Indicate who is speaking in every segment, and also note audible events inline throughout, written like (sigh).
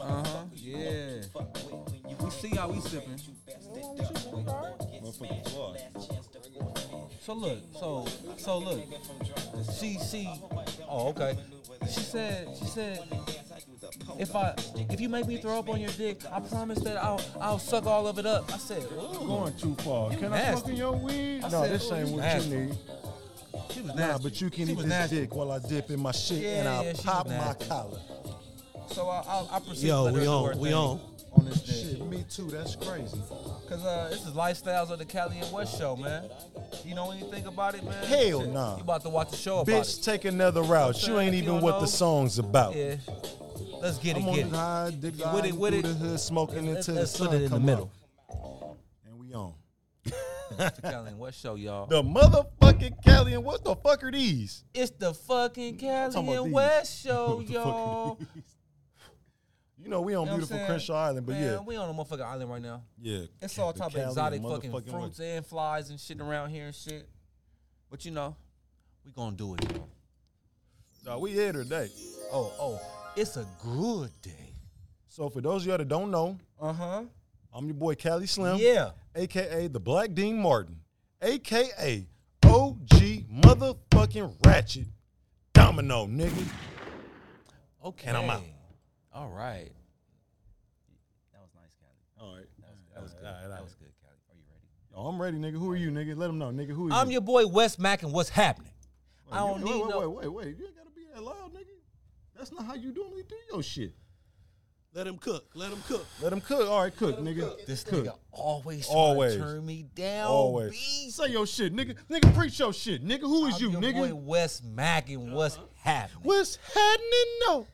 Speaker 1: Uh-huh, yeah. We see how we sipping.
Speaker 2: Motherfucking floor.
Speaker 1: So look, so so look. She she. Oh okay. She said she said. If I if you make me throw up on your dick, I promise that I'll I'll suck all of it up. I said, ooh.
Speaker 3: Going too far.
Speaker 1: You
Speaker 3: Can I
Speaker 1: nasty.
Speaker 3: smoke in your weed?
Speaker 1: I
Speaker 3: no,
Speaker 1: said,
Speaker 3: this
Speaker 1: "Ooh,
Speaker 3: ain't
Speaker 1: you
Speaker 3: what
Speaker 1: nasty."
Speaker 3: you need.
Speaker 1: She was
Speaker 3: Nah,
Speaker 1: nasty.
Speaker 3: but you can
Speaker 1: she
Speaker 3: eat
Speaker 1: was
Speaker 3: this
Speaker 1: nasty.
Speaker 3: dick while I dip in my shit and
Speaker 1: Yeah,
Speaker 3: I
Speaker 1: she
Speaker 3: pop
Speaker 1: was
Speaker 3: my
Speaker 1: nasty.
Speaker 3: collar.
Speaker 1: So I I, I proceed
Speaker 4: Yo,
Speaker 1: to let her
Speaker 4: we
Speaker 1: do
Speaker 4: on,
Speaker 1: her
Speaker 4: we
Speaker 1: thing
Speaker 4: on.
Speaker 1: on this dick.
Speaker 3: Shit, me too. That's crazy.
Speaker 1: Cause uh, this is lifestyles of the Cali and West show, man. You know anything about it, man?
Speaker 3: Hell
Speaker 1: Shit,
Speaker 3: nah.
Speaker 1: You about to watch the show about
Speaker 3: Bitch, take another route. You ain't
Speaker 1: If you
Speaker 3: even
Speaker 1: don't
Speaker 3: what
Speaker 1: know-
Speaker 3: the song's about.
Speaker 1: it. Yeah. Let's get it,
Speaker 3: I'm on
Speaker 1: get
Speaker 3: the
Speaker 1: it.
Speaker 3: high, dick
Speaker 1: it, with
Speaker 3: riding
Speaker 1: it.
Speaker 3: through the hood, smoking
Speaker 1: Let's-
Speaker 3: until the
Speaker 1: let's put
Speaker 3: sun
Speaker 1: it in the
Speaker 3: come
Speaker 1: middle.
Speaker 3: up. And we on.
Speaker 1: (laughs) The Cali and West show, y'all.
Speaker 3: The motherfucking Cali and what the fuck are these?
Speaker 1: It's the fucking
Speaker 3: Talking
Speaker 1: Cali
Speaker 3: about
Speaker 1: and
Speaker 3: these. (laughs)
Speaker 1: West show,
Speaker 3: What the fuck are
Speaker 1: y'all.
Speaker 3: (laughs) these? You know we on
Speaker 1: You know what I'm
Speaker 3: beautiful
Speaker 1: saying?
Speaker 3: Crenshaw Island, but
Speaker 1: man,
Speaker 3: yeah,
Speaker 1: we on a motherfucking island right now.
Speaker 3: yeah.
Speaker 1: It's all
Speaker 3: The
Speaker 1: type
Speaker 3: Cali
Speaker 1: of
Speaker 3: and
Speaker 1: exotic fucking
Speaker 3: motherfucking
Speaker 1: fruits and flies and shit around here and shit. But you know, we gonna do it. y'all.
Speaker 3: Nah, we here today.
Speaker 1: Oh, oh, it's a good day.
Speaker 3: So for those of y'all that don't know,
Speaker 1: Uh
Speaker 3: Uh-huh.
Speaker 1: huh.
Speaker 3: I'm your boy Cali Slim,
Speaker 1: Yeah.
Speaker 3: aka the Black Dean Martin, aka OG motherfucking Ratchet Domino, nigga.
Speaker 1: Okay.
Speaker 3: And I'm out.
Speaker 1: All right. That was nice, Cali.
Speaker 3: All right,
Speaker 1: That was good.
Speaker 3: All right, all
Speaker 1: That
Speaker 3: right.
Speaker 1: was good, Cali. Are you ready?
Speaker 3: Oh, I'm ready, nigga. Who are you, nigga? Let them know, nigga. Who are
Speaker 1: I'm
Speaker 3: you?
Speaker 1: your boy Wes Mack, and what's happening?
Speaker 3: Wait,
Speaker 1: I don't
Speaker 3: wait,
Speaker 1: need
Speaker 3: wait,
Speaker 1: no.
Speaker 3: Wait, wait, wait. You ain't gotta be that loud, nigga. That's not how you normally do your shit.
Speaker 4: Let him cook. Let him cook.
Speaker 3: Let him cook. All right, cook, nigga.
Speaker 1: This
Speaker 3: cook.
Speaker 1: nigga always, always
Speaker 3: Always.
Speaker 1: turn me down.
Speaker 3: Always.
Speaker 1: B.
Speaker 3: Say your shit, nigga. Nigga, preach your shit, nigga. Who is
Speaker 1: I'm
Speaker 3: you,
Speaker 1: your
Speaker 3: nigga?
Speaker 1: boy Wes Mack, and what's happening?
Speaker 3: What's happening? No.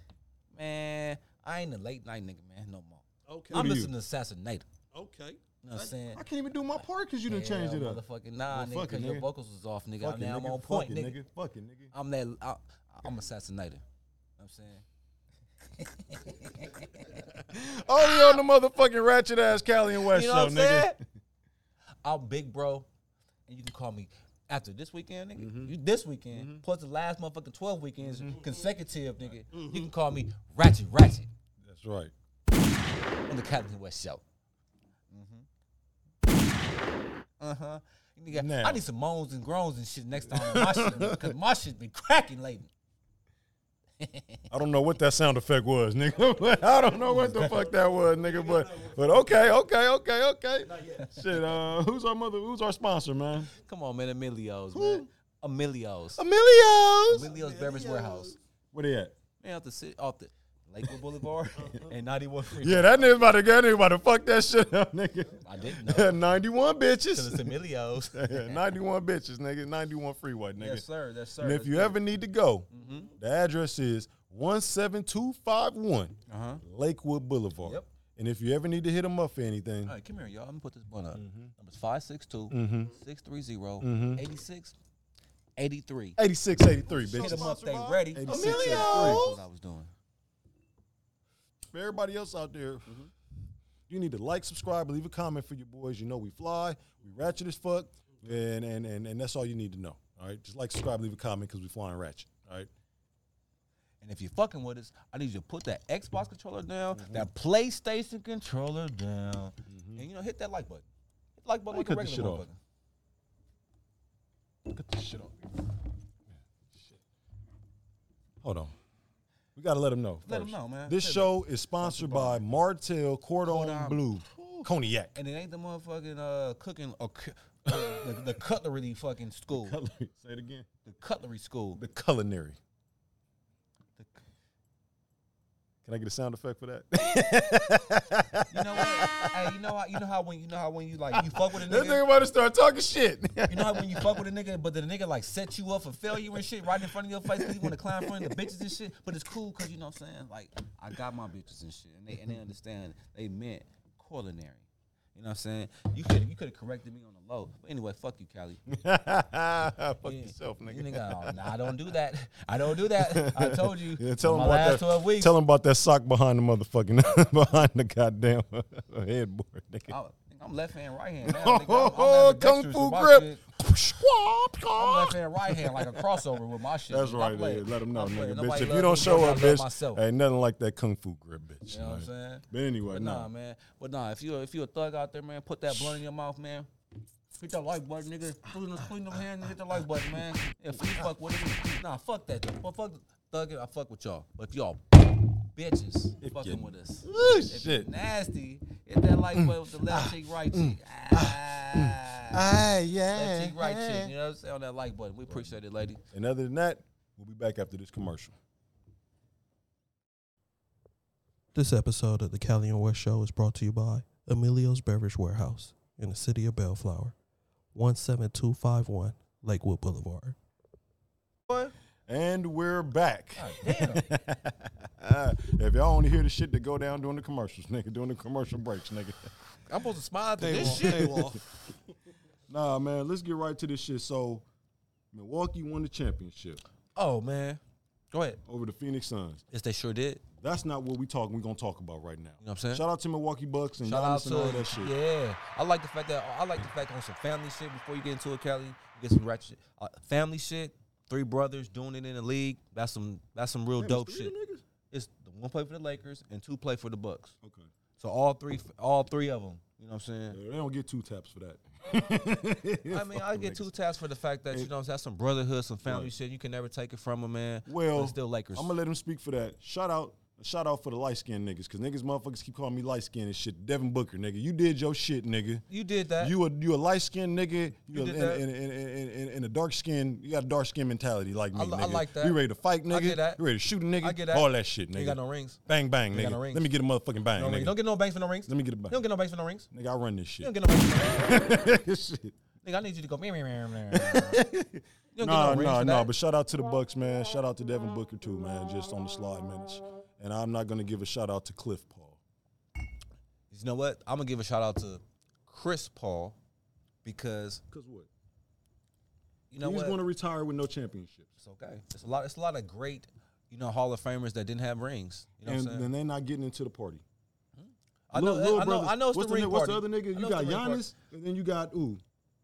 Speaker 1: Man, I ain't a late night nigga, man, no more.
Speaker 4: Okay.
Speaker 1: I'm
Speaker 3: do you?
Speaker 1: listening to Assassinator.
Speaker 4: okay.
Speaker 1: You know what I'm saying?
Speaker 3: I can't even do my part because you didn't
Speaker 1: Hell,
Speaker 3: change it up.
Speaker 1: Motherfucking nah,
Speaker 3: Well,
Speaker 1: nigga,
Speaker 3: fuck it,
Speaker 1: because your
Speaker 3: nigga.
Speaker 1: vocals was off, nigga.
Speaker 3: Fuck it,
Speaker 1: now I'm
Speaker 3: nigga.
Speaker 1: on
Speaker 3: Fuck
Speaker 1: point,
Speaker 3: it,
Speaker 1: nigga.
Speaker 3: Fuck it, nigga.
Speaker 1: I'm that. I, I'm assassinator. I'm saying.
Speaker 3: Only Oh, on the motherfucking ratchet ass Cali and West
Speaker 1: You know
Speaker 3: show,
Speaker 1: what I'm
Speaker 3: nigga.
Speaker 1: saying?
Speaker 3: (laughs)
Speaker 1: I'm big bro, and you can call me after this weekend, nigga. You this weekend plus the last motherfucking twelve weekends consecutive, nigga. You can call me Ratchet Ratchet
Speaker 3: That's right.
Speaker 1: on the Captain West show. Mm-hmm. Uh huh. Nigga,
Speaker 3: Now.
Speaker 1: I need some moans and groans and shit next time on my shit, because my shit be cracking lately.
Speaker 3: I don't know what that sound effect was, nigga. (laughs) I don't know what
Speaker 1: (laughs)
Speaker 3: the fuck that was, nigga. But but okay, okay, okay, okay. Shit, uh, who's our mother? Who's our sponsor, man?
Speaker 1: Come on, man, Emilio's, man. Emilio's.
Speaker 3: Emilio's.
Speaker 1: Emilio's Beverage Warehouse.
Speaker 3: Where they at?
Speaker 1: Man, off the city, off the Lakewood Boulevard and 91 Freeway.
Speaker 3: Yeah, that nigga about to go. That nigga about to fuck that shit up, nigga.
Speaker 1: (laughs)
Speaker 3: (laughs)
Speaker 1: I didn't know.
Speaker 3: 91
Speaker 1: Cause it's
Speaker 3: bitches.
Speaker 1: Emilio's. (laughs)
Speaker 3: Yeah, (laughs) 91 bitches, nigga. 91 freeway, nigga.
Speaker 1: yes, sir. Yes, sir.
Speaker 3: And if you ever need to go, the address is 17251
Speaker 1: Uh-huh.
Speaker 3: Lakewood Boulevard.
Speaker 1: Yep.
Speaker 3: And if you ever need to hit them up for anything,
Speaker 1: All right, come here, y'all. I'm gonna put this one up. Numbers 562 630 86 83.
Speaker 3: 8683,
Speaker 1: Hit them
Speaker 3: bitches.
Speaker 1: up, they ready.
Speaker 3: 8683.
Speaker 1: That's what I was doing.
Speaker 3: For everybody else out there, you need to like, subscribe, leave a comment for your boys. You know we fly, we ratchet as fuck, and and and, and that's all you need to know. All right, just like, subscribe, leave a comment because we flying ratchet. All right.
Speaker 1: And if you're fucking with us, I need you to put that
Speaker 3: Mm-hmm.
Speaker 1: Xbox controller down, that PlayStation controller down, and you know, hit that like button. Hit the like button
Speaker 3: Let me
Speaker 1: like a regular
Speaker 3: Mm-hmm. cut this shit off.
Speaker 1: motherfucker.
Speaker 3: Cut this shit off. Shit. Hold on. We gotta let them know.
Speaker 1: Let 'em
Speaker 3: first.
Speaker 1: know, man.
Speaker 3: This
Speaker 1: Tell
Speaker 3: show is sponsored by Martell Cordon
Speaker 1: Cordon
Speaker 3: Bleu Cognac. (laughs)
Speaker 1: And it ain't the motherfucking uh, cooking or cu- uh, the, the cutlery fucking school,
Speaker 3: Say it again.
Speaker 1: the cutlery school.
Speaker 3: The culinary.
Speaker 1: The cu-
Speaker 3: Can I get a sound effect for that?
Speaker 1: You know what? hey, you know how you know how when you know how when you like you fuck with a
Speaker 3: (laughs) this nigga
Speaker 1: nigga.
Speaker 3: about to start talking shit. (laughs)
Speaker 1: You know how when you fuck with a nigga, but the nigga like set you up for failure and shit right in front of your face because you want to climb in front of the bitches and shit. But it's cool because you know what I'm saying. Like I got my bitches and shit, and they and they understand they meant culinary. You know what I'm saying? You could you could have corrected me on the low, but anyway, fuck you, Cali.
Speaker 3: Fuck
Speaker 1: Yeah.
Speaker 3: (laughs) yourself,
Speaker 1: You
Speaker 3: nigga.
Speaker 1: nigga, oh, nah, I don't do that. I don't do that.
Speaker 3: (laughs)
Speaker 1: I told you.
Speaker 3: Yeah, tell
Speaker 1: in
Speaker 3: him
Speaker 1: my
Speaker 3: about
Speaker 1: last
Speaker 3: that.
Speaker 1: 12 weeks.
Speaker 3: (laughs) Tell him about that sock behind the motherfucking behind the goddamn (laughs) headboard, nigga.
Speaker 1: I, think I I'm left hand, right hand. Now, nigga, I'm, I'm
Speaker 3: Oh, (laughs) kung
Speaker 1: ambidextrous
Speaker 3: fu
Speaker 1: with my
Speaker 3: grip.
Speaker 1: shit. I'm left hand, right hand, like a crossover with my shit.
Speaker 3: That's
Speaker 1: I'm
Speaker 3: right.
Speaker 1: playing.
Speaker 3: Nigga. Let them know,
Speaker 1: I'm playing.
Speaker 3: nigga.
Speaker 1: Nobody
Speaker 3: Bitch, if
Speaker 1: love
Speaker 3: you
Speaker 1: me
Speaker 3: don't show
Speaker 1: more
Speaker 3: up,
Speaker 1: than I love
Speaker 3: bitch,
Speaker 1: myself.
Speaker 3: ain't nothing like that kung fu grip, bitch.
Speaker 1: You know what I'm
Speaker 3: man.
Speaker 1: saying?
Speaker 3: But anyway,
Speaker 1: But
Speaker 3: no.
Speaker 1: nah, man. But nah, if you if you a thug out there, man, put that blunt in your mouth, man. Hit that like button, nigga. Clean the clean them hands and hit the like button, man. If you fuck with it, nah, fuck that. Well, fuck thug it. I fuck with y'all. But if y'all bitches fucking with us,
Speaker 3: Ooh,
Speaker 1: if
Speaker 3: shit. Mm.
Speaker 1: you nasty, hit that like button with the left cheek, right cheek. Ah,
Speaker 3: Ah, yeah.
Speaker 1: left cheek, right
Speaker 3: Mm.
Speaker 1: cheek. You know what I'm saying? On that like button, we appreciate it, lady.
Speaker 3: And other than that, we'll be back after this commercial.
Speaker 4: This episode of the Cali and West Show is brought to you by Emilio's Beverage Warehouse in the city of Bellflower, 17251 Lakewood Boulevard.
Speaker 3: And we're back. (laughs) Uh, if y'all only hear the shit that go down during the commercials, (laughs) nigga, during the commercial breaks, nigga.
Speaker 1: I'm supposed to smile through
Speaker 4: This
Speaker 1: this
Speaker 4: shit.
Speaker 1: shit.
Speaker 3: Nah, man, let's get right to this shit. So, Milwaukee won the championship
Speaker 1: Oh man, go ahead.
Speaker 3: over the Phoenix Suns.
Speaker 1: Yes, they sure did.
Speaker 3: That's not what we talking. We gonna talk about right now.
Speaker 1: You know what I'm saying?
Speaker 3: Shout out to Milwaukee Bucks and
Speaker 1: Shout out
Speaker 3: Giannis and all
Speaker 1: to
Speaker 3: that shit.
Speaker 1: yeah. I like the fact that I like the fact on some family shit before you get into it, Kelly. You get some ratchet shit. Uh, family shit. Three brothers doing it in the league. That's some that's some real
Speaker 3: Damn,
Speaker 1: dope
Speaker 3: it's three
Speaker 1: shit.
Speaker 3: of them niggas?
Speaker 1: It's the one play for the Lakers and two play for the Bucks.
Speaker 3: Okay.
Speaker 1: So all three all three of them. You know what I'm saying?
Speaker 3: Yeah, They don't get two taps for that.
Speaker 1: (laughs) I mean, I get two taps for the fact that you know that's some brotherhood, some family shit. You can never take it from a man. but
Speaker 3: Well,
Speaker 1: it's still Lakers.
Speaker 3: I'm gonna let him speak for that. Shout out, shout out for the light skinned niggas, cause niggas motherfuckers keep calling me light skinned and shit. Devin Booker, nigga, you did your shit, nigga.
Speaker 1: you did that.
Speaker 3: You a you a light skinned nigga, you, a,
Speaker 1: did
Speaker 3: and,
Speaker 1: that.
Speaker 3: and, and, and, and- and a dark skin. You got a dark skin mentality like me,
Speaker 1: I li-
Speaker 3: nigga.
Speaker 1: I like that.
Speaker 3: You ready to fight, nigga?
Speaker 1: get that.
Speaker 3: You ready to shoot a nigga?
Speaker 1: I get that.
Speaker 3: All that shit,
Speaker 1: You
Speaker 3: nigga.
Speaker 1: ain't got no rings.
Speaker 3: Bang bang,
Speaker 1: You
Speaker 3: nigga.
Speaker 1: ain't got no rings.
Speaker 3: Let me get a motherfucking bang,
Speaker 1: No rings.
Speaker 3: nigga.
Speaker 1: Don't get no bangs for no rings.
Speaker 3: Let me get a
Speaker 1: You
Speaker 3: bang.
Speaker 1: don't get no bangs for no rings.
Speaker 3: Nigga, I run this
Speaker 1: You don't get
Speaker 3: shit.
Speaker 1: no bangs. For no rings.
Speaker 3: (laughs) Shit.
Speaker 1: Nigga, I need you to go. meow, meow, meow,
Speaker 3: (laughs)
Speaker 1: meow, meow. You don't get no
Speaker 3: No,
Speaker 1: rings
Speaker 3: no,
Speaker 1: for
Speaker 3: no.
Speaker 1: that.
Speaker 3: But shout out to the Bucks, man. Shout out to Devin Booker too, man. Just on the slide, man. It's- And I'm not gonna give a shout out to Cliff Paul.
Speaker 1: You know what? I'm gonna give a shout out to Chris Paul because
Speaker 3: Cause what?
Speaker 1: you know
Speaker 3: He's
Speaker 1: what?
Speaker 3: going to retire with no championships,
Speaker 1: it's okay. It's a lot. It's a lot of great, you know, Hall of Famers that didn't have rings. You know
Speaker 3: and
Speaker 1: what I'm saying?
Speaker 3: then they're not getting into the party.
Speaker 1: I know.
Speaker 3: Lil- Lil
Speaker 1: I know.
Speaker 3: brothers.
Speaker 1: I know it's
Speaker 3: what's
Speaker 1: the ring
Speaker 3: ni-
Speaker 1: party.
Speaker 3: What's the other
Speaker 1: I
Speaker 3: nigga?
Speaker 1: know
Speaker 3: You
Speaker 1: it's
Speaker 3: got
Speaker 1: the ring party.
Speaker 3: Giannis, and then you got ooh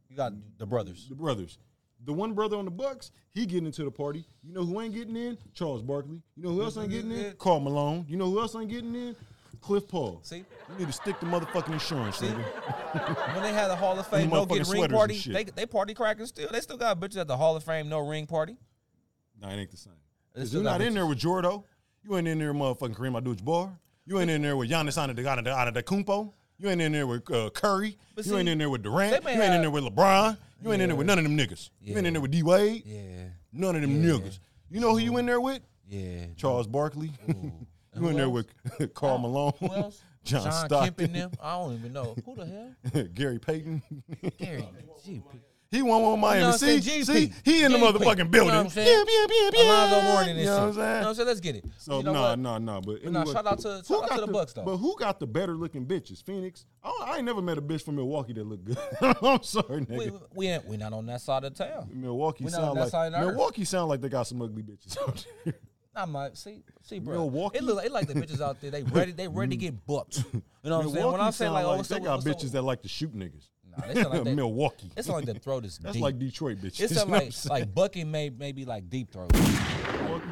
Speaker 1: You got the brothers.
Speaker 3: the brothers. The one brother on the Bucks, he getting into the party. You know who ain't getting in? Charles Barkley. You know who else
Speaker 1: Mm-hmm.
Speaker 3: ain't getting in? Carl Malone. You know who else ain't getting in? Cliff Paul.
Speaker 1: See?
Speaker 3: you need to stick to motherfucking insurance, nigga.
Speaker 1: When they had the Hall of Fame,
Speaker 3: And
Speaker 1: no
Speaker 3: motherfucking
Speaker 1: get ring
Speaker 3: sweaters
Speaker 1: party.
Speaker 3: and shit.
Speaker 1: They they party cracking still. They still got bitches at the Hall of Fame, no ring party.
Speaker 3: Nah, it ain't the same.
Speaker 1: They
Speaker 3: 'Cause
Speaker 1: still
Speaker 3: you're
Speaker 1: got
Speaker 3: not in
Speaker 1: bitches.
Speaker 3: there with Jordo. You ain't in there with motherfucking Kareem Abdul-Jabbar. You ain't in there with Giannis Antetokounmpo. You ain't in there with uh, Curry.
Speaker 1: But
Speaker 3: you ain't
Speaker 1: see,
Speaker 3: in there with Durant. You
Speaker 1: they may
Speaker 3: ain't in
Speaker 1: have-
Speaker 3: there with LeBron. You ain't in there with none of them niggas. You ain't in there with D Wade.
Speaker 1: Yeah,
Speaker 3: None of them niggas. You know who you in there with?
Speaker 1: yeah.
Speaker 3: Charles Barkley. (laughs) you in there
Speaker 1: else?
Speaker 3: (laughs) with Carl Malone.
Speaker 1: Who else?
Speaker 3: (laughs) John
Speaker 1: Kemp and
Speaker 3: Stockton.
Speaker 1: them. I don't even know who the hell.
Speaker 3: (laughs) Gary Payton.
Speaker 1: Gary. Gee,
Speaker 3: he won one Miami.
Speaker 1: You know what I'm
Speaker 3: see,
Speaker 1: saying? GP.
Speaker 3: see, he in the
Speaker 1: GP.
Speaker 3: motherfucking
Speaker 1: You know
Speaker 3: building.
Speaker 1: what I'm saying?
Speaker 3: Yeah, yeah, yeah, yeah.
Speaker 1: Alonzo Mourning and
Speaker 3: You know
Speaker 1: shit.
Speaker 3: what I'm saying?
Speaker 1: You know what I'm saying? Let's get it.
Speaker 3: So
Speaker 1: you know
Speaker 3: nah,
Speaker 1: what?
Speaker 3: nah, nah. But
Speaker 1: But nah,
Speaker 3: anyway,
Speaker 1: shout out to-
Speaker 3: who
Speaker 1: shout out
Speaker 3: got
Speaker 1: to the Bucks, though.
Speaker 3: But who got the better looking bitches? Phoenix. I, don't- I ain't never met a bitch from Milwaukee that looked good. (laughs) I'm sorry, nigga.
Speaker 1: We, we ain't we not on that side of town.
Speaker 3: Milwaukee
Speaker 1: we not on
Speaker 3: sound
Speaker 1: that
Speaker 3: like
Speaker 1: side of the earth.
Speaker 3: Milwaukee sound like they got some ugly bitches out there.
Speaker 1: I'm like, see, see, bro.
Speaker 3: Milwaukee?
Speaker 1: It look like, it like the bitches out
Speaker 3: (laughs)
Speaker 1: there. They ready. They ready to get booked. You know what I'm saying? When
Speaker 3: Milwaukee
Speaker 1: I'm saying
Speaker 3: sound
Speaker 1: like, oh, what's
Speaker 3: they
Speaker 1: up,
Speaker 3: got
Speaker 1: what's up?
Speaker 3: bitches that like to shoot niggas.
Speaker 1: Nah, they
Speaker 3: (laughs)
Speaker 1: sound like they-
Speaker 3: Milwaukee.
Speaker 1: It's like the throat is
Speaker 3: That's
Speaker 1: deep.
Speaker 3: like Detroit
Speaker 1: it's
Speaker 3: bitches. (laughs) you know
Speaker 1: something
Speaker 3: what I'm
Speaker 1: like
Speaker 3: saying?
Speaker 1: like bucking may maybe like deep throat.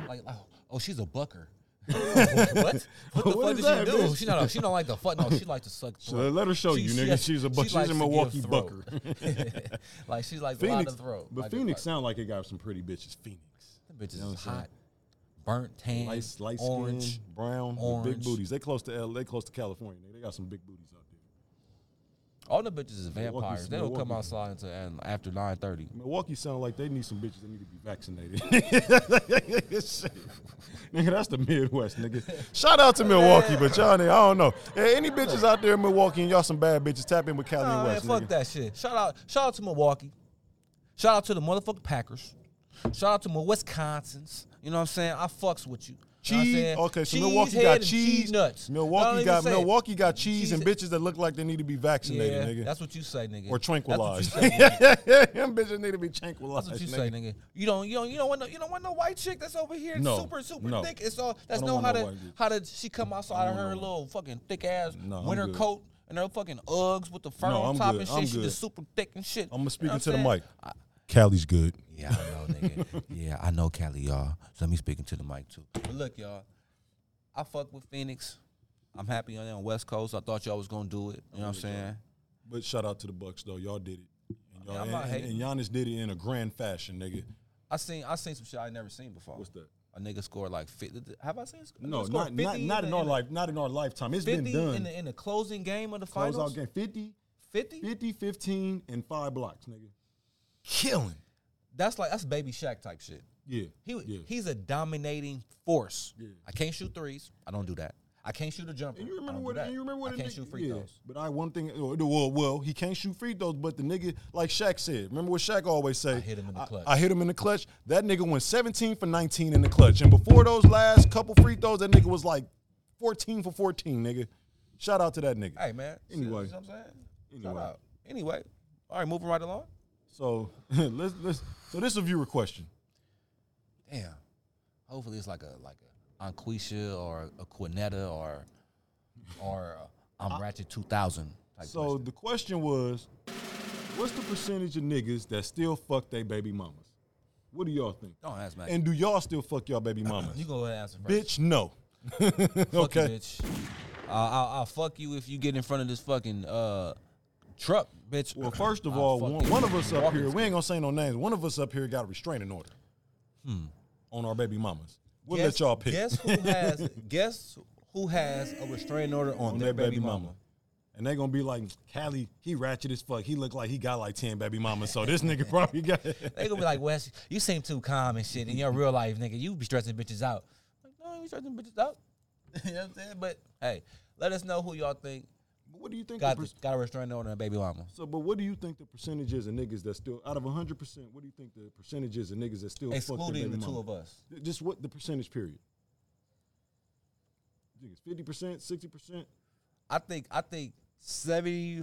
Speaker 1: Like oh, oh she's a bucker. (laughs) what? What the fuck
Speaker 3: What is
Speaker 1: did
Speaker 3: that,
Speaker 1: she
Speaker 3: bitch?
Speaker 1: do? She not. She don't like the fuck. No, she like to suck.
Speaker 3: So
Speaker 1: throat.
Speaker 3: let her show you, nigga.
Speaker 1: has-
Speaker 3: She's a buck- she's a
Speaker 1: likes to give
Speaker 3: Milwaukee
Speaker 1: throat.
Speaker 3: bucker.
Speaker 1: (laughs) like she's like a lot
Speaker 3: Phoenix,
Speaker 1: of throat.
Speaker 3: but
Speaker 1: Like, Like,
Speaker 3: Phoenix sound like it got some pretty bitches. Phoenix,
Speaker 1: them bitches
Speaker 3: You know what
Speaker 1: is
Speaker 3: I'm saying?
Speaker 1: hot, burnt tan,
Speaker 3: light, light
Speaker 1: orange.
Speaker 3: skin, brown, with big
Speaker 1: orange.
Speaker 3: booties. They close to L. They close to California. nigga. They got some big booties out there.
Speaker 1: All the bitches is vampires.
Speaker 3: Milwaukee's-
Speaker 1: They don't come
Speaker 3: Milwaukee.
Speaker 1: outside until an- after nine thirty.
Speaker 3: Milwaukee sound like they need some bitches that need to be vaccinated. (laughs) Shit. nigga, that's the Midwest, nigga. Shout out to Milwaukee, but y'all, nigga, I don't know. Hey, any bitches out there in Milwaukee and y'all some bad bitches, tap in with Cali
Speaker 1: Nah,
Speaker 3: and
Speaker 1: man,
Speaker 3: West,
Speaker 1: fuck
Speaker 3: nigga.
Speaker 1: that shit. Shout out, shout out to Milwaukee. Shout out to the motherfucking Packers. Shout out to my Wisconsin's. You know what I'm saying? I fucks with you. You know what I'm
Speaker 3: Cheese.
Speaker 1: saying?
Speaker 3: okay, so
Speaker 1: Cheese
Speaker 3: Milwaukee
Speaker 1: head
Speaker 3: got
Speaker 1: and
Speaker 3: cheese.
Speaker 1: nuts. Don't
Speaker 3: Milwaukee
Speaker 1: even
Speaker 3: got
Speaker 1: say it.
Speaker 3: Milwaukee got cheese, and
Speaker 1: Cheese-
Speaker 3: bitches that look like they need to be
Speaker 1: Yeah,
Speaker 3: vaccinated, nigga,
Speaker 1: that's what you say, nigga.
Speaker 3: or tranquilized.
Speaker 1: That's what you
Speaker 3: (laughs)
Speaker 1: say,
Speaker 3: Them bitches need to be tranquilized,
Speaker 1: That's what you
Speaker 3: nigga.
Speaker 1: say, nigga. You don't, you don't, you don't want no, you don't want no white chick that's over here,
Speaker 3: No,
Speaker 1: super, super
Speaker 3: no.
Speaker 1: thick. It's all
Speaker 3: I
Speaker 1: that's
Speaker 3: don't
Speaker 1: no
Speaker 3: want
Speaker 1: how
Speaker 3: no
Speaker 1: to
Speaker 3: white bitch.
Speaker 1: how to she come outside of
Speaker 3: don't
Speaker 1: her
Speaker 3: want no
Speaker 1: little fucking thick ass
Speaker 3: No, I'm
Speaker 1: winter
Speaker 3: good.
Speaker 1: coat and her fucking Uggs with the fur
Speaker 3: No,
Speaker 1: on
Speaker 3: I'm
Speaker 1: top
Speaker 3: good.
Speaker 1: and
Speaker 3: I'm
Speaker 1: shit. She
Speaker 3: good.
Speaker 1: just super thick and shit.
Speaker 3: I'm gonna speak
Speaker 1: You know
Speaker 3: into
Speaker 1: what
Speaker 3: the
Speaker 1: I'm
Speaker 3: mic.
Speaker 1: saying?
Speaker 3: Cali's good.
Speaker 1: Yeah, I know,
Speaker 3: (laughs)
Speaker 1: nigga. yeah, I know Cali, y'all. So let me speak into the mic too. But look, y'all, I fuck with Phoenix. I'm happy on on West Coast. I thought y'all was gonna do it. You know what I'm saying?
Speaker 3: But shout out to the Bucks though. Y'all did it. And, y'all,
Speaker 1: I'm
Speaker 3: and,
Speaker 1: not
Speaker 3: and- and Giannis did it in a grand fashion, nigga.
Speaker 1: I seen I seen some shit I never seen before.
Speaker 3: What's that?
Speaker 1: A nigga scored like 50. Have I seen? a nigga
Speaker 3: No,
Speaker 1: score
Speaker 3: not not,
Speaker 1: 50
Speaker 3: not in our
Speaker 1: the-
Speaker 3: life, not in our lifetime. It's been
Speaker 1: 50 in
Speaker 3: done.
Speaker 1: the, in the closing game of the
Speaker 3: Close
Speaker 1: finals.
Speaker 3: out game 50,
Speaker 1: 50?
Speaker 3: 50, 15, and five blocks, nigga.
Speaker 2: Killing.
Speaker 1: That's like that's baby Shaq type shit.
Speaker 3: Yeah,
Speaker 1: He
Speaker 3: yeah.
Speaker 1: he's a dominating force. I can't shoot threes. I don't do that. I can't shoot a jumper.
Speaker 3: And you
Speaker 1: I
Speaker 3: remember
Speaker 1: don't
Speaker 3: what?
Speaker 1: do that.
Speaker 3: And you remember what?
Speaker 1: I
Speaker 3: the
Speaker 1: can't
Speaker 3: nigga-
Speaker 1: shoot free
Speaker 3: yeah.
Speaker 1: throws.
Speaker 3: But I one thing. oh, Well, well, he can't shoot free throws. But the nigga, like Shaq said, remember what Shaq always say? I
Speaker 1: hit him in the clutch.
Speaker 3: I, hit him in the clutch. That nigga went 17 for 19 in the clutch. And before those last couple free throws, that nigga was like 14 for 14, nigga. Shout out to that nigga.
Speaker 1: Hey man. see-
Speaker 3: Anyway.
Speaker 1: see what I'm saying? Shout
Speaker 3: Anyway.
Speaker 1: out. Anyway. All right, moving right along.
Speaker 3: So (laughs) let's let's. So this is a viewer question.
Speaker 1: Damn. Hopefully it's like a like a Anquisha or a Quinetta or or a (laughs) I'm Ratchet 2000 type
Speaker 3: So
Speaker 1: question.
Speaker 3: the question was, what's the percentage of niggas that still fuck their baby mamas? What do y'all think?
Speaker 1: Don't ask man. (laughs)
Speaker 3: And do y'all still fuck y'all baby mamas?
Speaker 1: You go ahead and answer first.
Speaker 3: Bitch, no.
Speaker 1: Fuck you,
Speaker 3: okay.
Speaker 1: bitch. Uh, I'll, I'll, I'll fuck you if you get in front of this fucking uh, truck, bitch. (clears throat)
Speaker 3: Well, first of
Speaker 1: I'll
Speaker 3: all,
Speaker 1: fuck
Speaker 3: one,
Speaker 1: you.
Speaker 3: one of us up
Speaker 1: Walking
Speaker 3: here,
Speaker 1: stick.
Speaker 3: we ain't gonna say no names. One of us up here got a restraining order
Speaker 1: Hmm.
Speaker 3: on our baby mamas. We'll let y'all pick
Speaker 1: Guess who (laughs) has? guess who has a restraining order on,
Speaker 3: on
Speaker 1: their, baby, mama?
Speaker 3: And they gonna be like, Callie, he ratchet as fuck. He look like he got like 10 baby mamas, so this
Speaker 1: (laughs)
Speaker 3: nigga probably got
Speaker 1: They gonna be like, Wes, you seem too calm and shit in your real life, nigga. You be stressing bitches out. Like, no, I ain't stressing bitches out. (laughs) you know what I'm saying? But hey, let us know who y'all think
Speaker 3: But what do you think?
Speaker 1: got
Speaker 3: the per-
Speaker 1: the, got a restraining order on their baby mama.
Speaker 3: so, but what do you think the percentage is of niggas that still, out of 100%, what do you think the percentage is of niggas that still fuck their
Speaker 1: Excluding
Speaker 3: baby
Speaker 1: the two
Speaker 3: mama?
Speaker 1: of us.
Speaker 3: Just what the percentage period? You think it's 50%, 60%?
Speaker 1: I think I think seventy,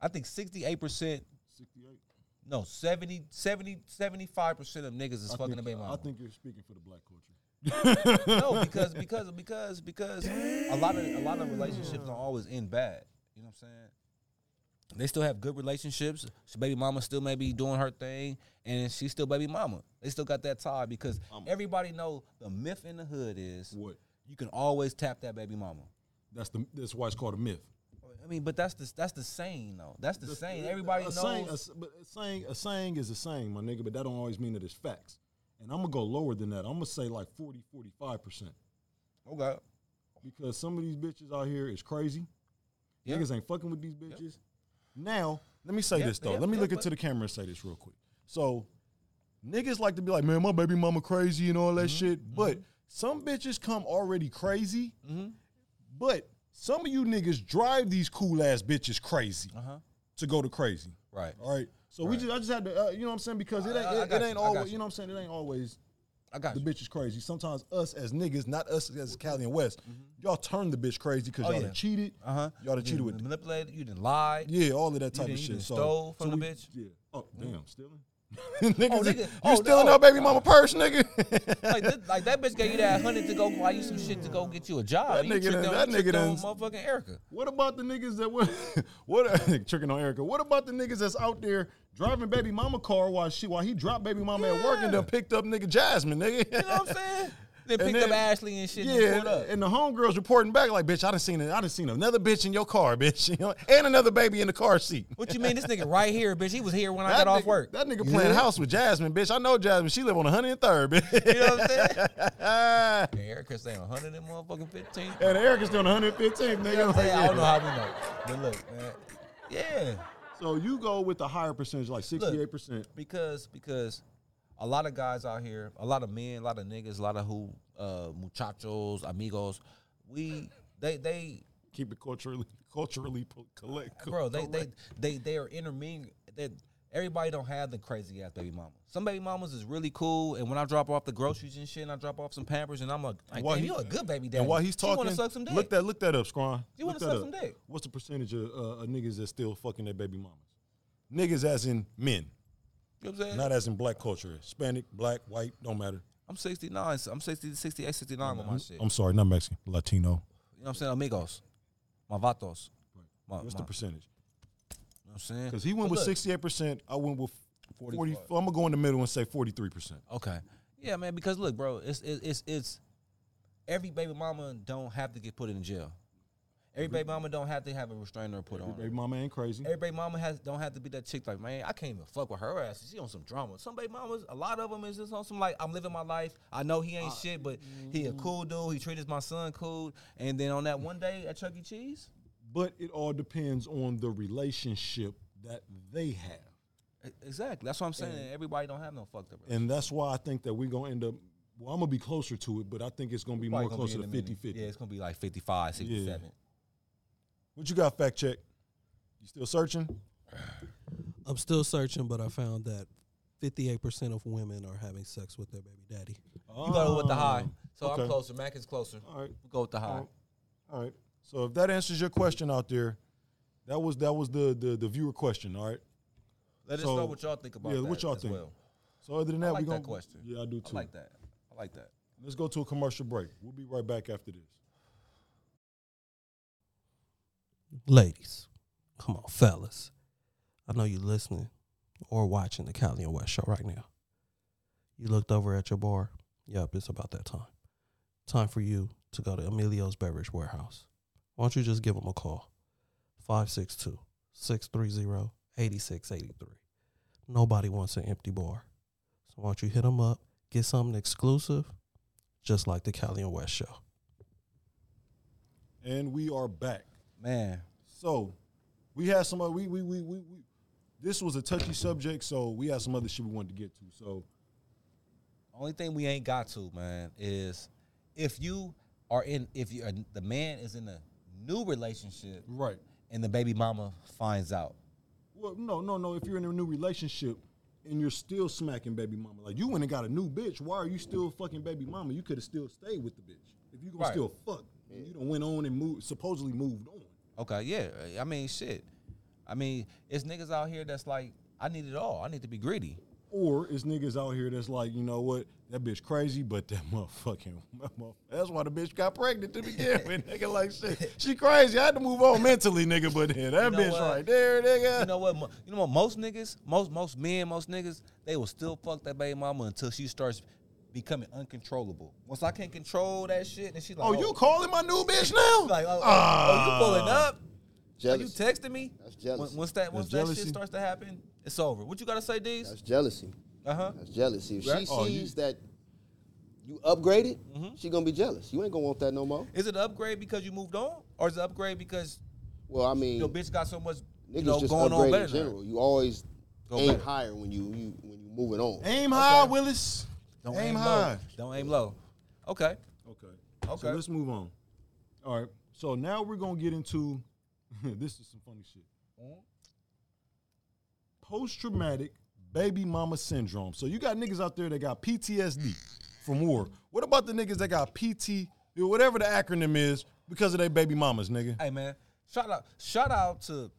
Speaker 1: I think sixty eight percent
Speaker 3: 68.
Speaker 1: No, 70, 70, 75 percent of niggas is
Speaker 3: I
Speaker 1: fucking
Speaker 3: think-
Speaker 1: a baby mama.
Speaker 3: I think you're speaking for the black culture.
Speaker 1: no,
Speaker 3: (laughs)
Speaker 1: because because because because a lot of a lot of relationships don't always end bad. You know what I'm saying? They still have good relationships. So baby mama still may be doing her thing, and she's still baby mama. They still got that tie because everybody know the myth in the hood is
Speaker 3: What?
Speaker 1: you can always tap that baby mama.
Speaker 3: That's the that's why it's called a myth.
Speaker 1: I mean, but that's the that's the saying though. That's the saying. Everybody
Speaker 3: a
Speaker 1: knows.
Speaker 3: Saying, a, s- but a saying a saying is a saying, my nigga, but that don't always mean that it's facts. And I'm gonna go lower than that. I'm gonna say like 40, 45 percent.
Speaker 1: okay.
Speaker 3: Because some of these bitches out here is crazy.
Speaker 1: Yeah.
Speaker 3: Niggas ain't fucking with these bitches. Now, let me say
Speaker 1: Yeah,
Speaker 3: this though.
Speaker 1: yeah,
Speaker 3: let me
Speaker 1: yeah,
Speaker 3: look
Speaker 1: but-
Speaker 3: into the camera and say this real quick. So niggas like to be like, man, my baby mama crazy and all that
Speaker 1: Mm-hmm.
Speaker 3: shit. But some bitches come already crazy.
Speaker 1: Mm-hmm.
Speaker 3: But some of you niggas drive these cool ass bitches crazy
Speaker 1: Uh-huh.
Speaker 3: to go to crazy.
Speaker 1: Right.
Speaker 3: All right. So we just I just had to uh, you know what I'm saying because it
Speaker 1: I- I- I
Speaker 3: ain't it,
Speaker 1: got
Speaker 3: it
Speaker 1: you,
Speaker 3: ain't
Speaker 1: I got
Speaker 3: always
Speaker 1: you.
Speaker 3: you know what I'm saying it ain't always
Speaker 1: I got
Speaker 3: the
Speaker 1: you.
Speaker 3: bitch is crazy. Sometimes us as niggas, not us as Cali and West, y'all turn the bitch crazy because
Speaker 1: Mm-hmm. Oh,
Speaker 3: y'all
Speaker 1: yeah.
Speaker 3: done cheated.
Speaker 1: Uh-huh.
Speaker 3: Y'all done
Speaker 1: You
Speaker 3: cheated
Speaker 1: done
Speaker 3: with
Speaker 1: manipulated. You didn't lie.
Speaker 3: yeah, all of that type
Speaker 1: done-
Speaker 3: of
Speaker 1: you
Speaker 3: shit.
Speaker 1: done
Speaker 3: So
Speaker 1: stole from the
Speaker 3: so we-
Speaker 1: bitch?
Speaker 3: Yeah. Oh damn, stealing.
Speaker 1: Oh,
Speaker 3: (laughs) niggas,
Speaker 1: nigga.
Speaker 3: you
Speaker 1: Oh,
Speaker 3: stealing
Speaker 1: oh.
Speaker 3: our baby mama purse, nigga. (laughs)
Speaker 1: like, that, like that bitch gave you that hundred to go buy you some shit to go get you a job.
Speaker 3: That
Speaker 1: you
Speaker 3: nigga
Speaker 1: tricked
Speaker 3: done-
Speaker 1: on-
Speaker 3: that
Speaker 1: you tricked
Speaker 3: nigga
Speaker 1: on
Speaker 3: done-
Speaker 1: motherfucking Erica.
Speaker 3: what about the niggas that what (laughs) what tricking on Erica? What about the niggas that's out there driving baby mama car while she while he dropped baby mama at work and done picked up nigga Jasmine, nigga?
Speaker 1: You know what I'm saying?
Speaker 3: (laughs)
Speaker 1: Then picked up
Speaker 3: then-
Speaker 1: Ashley and shit.
Speaker 3: Yeah,
Speaker 1: and
Speaker 3: and,
Speaker 1: pulled up.
Speaker 3: and the homegirls reporting back like, "Bitch, I done seen it. I done seen another bitch in your car, bitch, (laughs) you know, and another baby in the car seat."
Speaker 1: what you mean? This nigga right here, bitch. He was here when I
Speaker 3: That
Speaker 1: got off
Speaker 3: nigga-
Speaker 1: work.
Speaker 3: That nigga playing house with Jasmine, bitch. I know Jasmine. She live on 103rd,
Speaker 1: you
Speaker 3: bitch. (laughs)
Speaker 1: know what I'm saying? And Erica saying hundred and motherfucking fifteen.
Speaker 3: (laughs) and Erica's doing 115th, nigga.
Speaker 1: You know what I'm
Speaker 3: Like,
Speaker 1: saying? I don't know
Speaker 3: yeah.
Speaker 1: how we know, but look, man. Yeah,
Speaker 3: So you go with the higher percentage, like 68%.
Speaker 1: because because a lot of guys out here, a lot of men, a lot of niggas, a lot of who uh muchachos, amigos, we they they
Speaker 3: Keep it culturally, culturally po- collect.
Speaker 1: bro, they they
Speaker 3: correct.
Speaker 1: they they are intermingling. That everybody don't have the crazy ass baby mama. Some baby mamas is really cool, and when I drop off the groceries and shit, and I drop off some Pampers, and I'm like, like
Speaker 3: while
Speaker 1: damn,
Speaker 3: he-
Speaker 1: you a good baby daddy.
Speaker 3: And while he's
Speaker 1: you
Speaker 3: talking,
Speaker 1: wanna suck some dick.
Speaker 3: look that look that up, Scron.
Speaker 1: You wanna
Speaker 3: Look that
Speaker 1: suck
Speaker 3: up.
Speaker 1: some dick.
Speaker 3: What's the percentage of, uh, of niggas that still fucking their baby mamas? Niggas as in
Speaker 1: you
Speaker 3: men,
Speaker 1: know what I'm saying?
Speaker 3: not as in black culture. Hispanic, black, white, don't matter.
Speaker 1: I'm 69, so I'm 60, 68,
Speaker 3: Mm-hmm.
Speaker 1: 69 with my shit.
Speaker 3: I'm sorry, not Mexican,
Speaker 1: You
Speaker 3: Latino.
Speaker 1: know what I'm saying? Amigos, my vatos. My,
Speaker 3: What's
Speaker 1: my-
Speaker 3: the percentage?
Speaker 1: you know what I'm saying?
Speaker 3: Because he went with
Speaker 1: look.
Speaker 3: sixty-eight percent. I went with forty.
Speaker 1: 45.
Speaker 3: I'm gonna go in the middle and say forty-three percent.
Speaker 1: Okay. Yeah, man. Because look, bro, it's it's it's, it's every baby mama don't have to get put in jail. Every baby mama don't have to have a restrainer put on.
Speaker 3: Baby
Speaker 1: her.
Speaker 3: mama ain't crazy.
Speaker 1: Every baby mama has don't have to be that chick like, man, I can't even fuck with her ass. She on some drama. Some baby mamas, a lot of them is just on some like, I'm living my life. I know he
Speaker 3: Uh,
Speaker 1: ain't shit, but he
Speaker 3: mm-hmm.
Speaker 1: a cool dude. He treated my son cool. And then on that one day at Chuck E. Cheese,
Speaker 3: But it all depends on the relationship that they have.
Speaker 1: E- exactly. That's what I'm saying. Everybody don't have no fucked up. relationship.
Speaker 3: And that's why I think that we're gonna end up. Well, I'm gonna be closer to it, but I think it's gonna be more
Speaker 1: Probably gonna
Speaker 3: closer to
Speaker 1: in the middle.
Speaker 3: 50 50.
Speaker 1: Yeah, it's gonna be like 55, 67.
Speaker 3: What you got, fact check? You still searching?
Speaker 4: I'm still searching, but I found that 58% of women are having sex with their baby daddy.
Speaker 1: You go with the high. So
Speaker 3: okay. Oh,
Speaker 1: I'm closer. Mac is closer.
Speaker 3: All right.
Speaker 1: We go with the high.
Speaker 3: All right. So if that answers your question out there, that was that was the the, the viewer question. All right.
Speaker 1: Let us
Speaker 3: So-
Speaker 1: know what y'all think about
Speaker 3: yeah,
Speaker 1: that.
Speaker 3: what y'all
Speaker 1: as
Speaker 3: think?
Speaker 1: Well.
Speaker 3: So other than that,
Speaker 1: I like
Speaker 3: we gonna
Speaker 1: that question.
Speaker 3: Yeah, I do too.
Speaker 1: I like that. I like that.
Speaker 3: Let's go to a commercial break. We'll be right back after this.
Speaker 4: Ladies, come on, fellas. I know you listening or watching the Cali and West show right now. You looked over at your bar. Yep, it's about that time. Time for you to go to Emilio's Beverage Warehouse. Why don't you just give them a call? 562 630 8683. Nobody wants an empty bar. So why don't you hit them up, get something exclusive, just like the Cali and West show.
Speaker 3: And we are back.
Speaker 1: Man.
Speaker 3: So we had some. other- We we we we. we this was a touchy subject, so we had some other shit we wanted to get to. So
Speaker 1: Only thing we ain't got to, man, is if you are in if you are, the man is in a new relationship
Speaker 3: right.
Speaker 1: and the baby mama finds out.
Speaker 3: Well, no, no, no. If you're in a new relationship and you're still smacking baby mama, like you went and got a new bitch, why are you still fucking baby mama? You could have still stayed with the bitch. If you gonna
Speaker 1: Right.
Speaker 3: still fuck, and you don't went on and moved, supposedly moved on.
Speaker 1: Okay, yeah. I mean shit. I mean, it's niggas out here that's like, I need it all. I need to be greedy.
Speaker 3: Or it's niggas out here that's like, you know what, that bitch crazy, but that (laughs) motherfucking, that motherf- that's why the bitch got pregnant to begin
Speaker 1: (laughs)
Speaker 3: with, nigga. Like shit, she crazy. I had to move on mentally, nigga. But yeah, that
Speaker 1: You know
Speaker 3: bitch
Speaker 1: what?
Speaker 3: right there, nigga.
Speaker 1: You know what? mo- You know what? Most niggas, most most men, most niggas, they will still fuck that baby mama until she starts becoming uncontrollable. Once I can't control that shit, and she like,
Speaker 3: oh, you calling my new bitch
Speaker 1: (laughs)
Speaker 3: now?
Speaker 1: like, oh, oh,
Speaker 3: Ah.
Speaker 1: oh, you pulling up? Are you
Speaker 2: Jealous.
Speaker 1: texting me?
Speaker 2: That's jealousy.
Speaker 1: When- Once that once that
Speaker 3: jealousy.
Speaker 1: shit starts to happen, it's over. What you gotta say, D's?
Speaker 2: That's jealousy.
Speaker 1: Uh huh.
Speaker 2: That's jealousy. If she
Speaker 1: Right. Mm-hmm.
Speaker 3: Oh, you-
Speaker 2: sees that you upgraded, she gonna be jealous. You ain't gonna want that no more.
Speaker 1: Is it an upgrade because you moved on, or is it an upgrade because
Speaker 2: Well, I mean,
Speaker 1: your bitch got so much
Speaker 2: niggas
Speaker 1: you know,
Speaker 2: just
Speaker 1: going on
Speaker 2: upgrade
Speaker 1: better
Speaker 2: in
Speaker 1: than her?
Speaker 2: general. You always
Speaker 1: Go
Speaker 2: aim
Speaker 1: better.
Speaker 2: higher when you you when you moving on.
Speaker 3: Aim high, Willis.
Speaker 1: Don't
Speaker 3: aim,
Speaker 1: aim,
Speaker 3: high.
Speaker 1: low. Don't aim low. Okay.
Speaker 3: Okay. So
Speaker 1: Okay.
Speaker 3: let's move on. All right. So now we're gonna get into (laughs) this is some funny shit. Post traumatic baby mama syndrome. So you got niggas out there that got PTSD from war. What about the niggas that got PT, whatever the acronym is, because of their baby mamas, nigga?
Speaker 1: Hey man, shout out, shout out to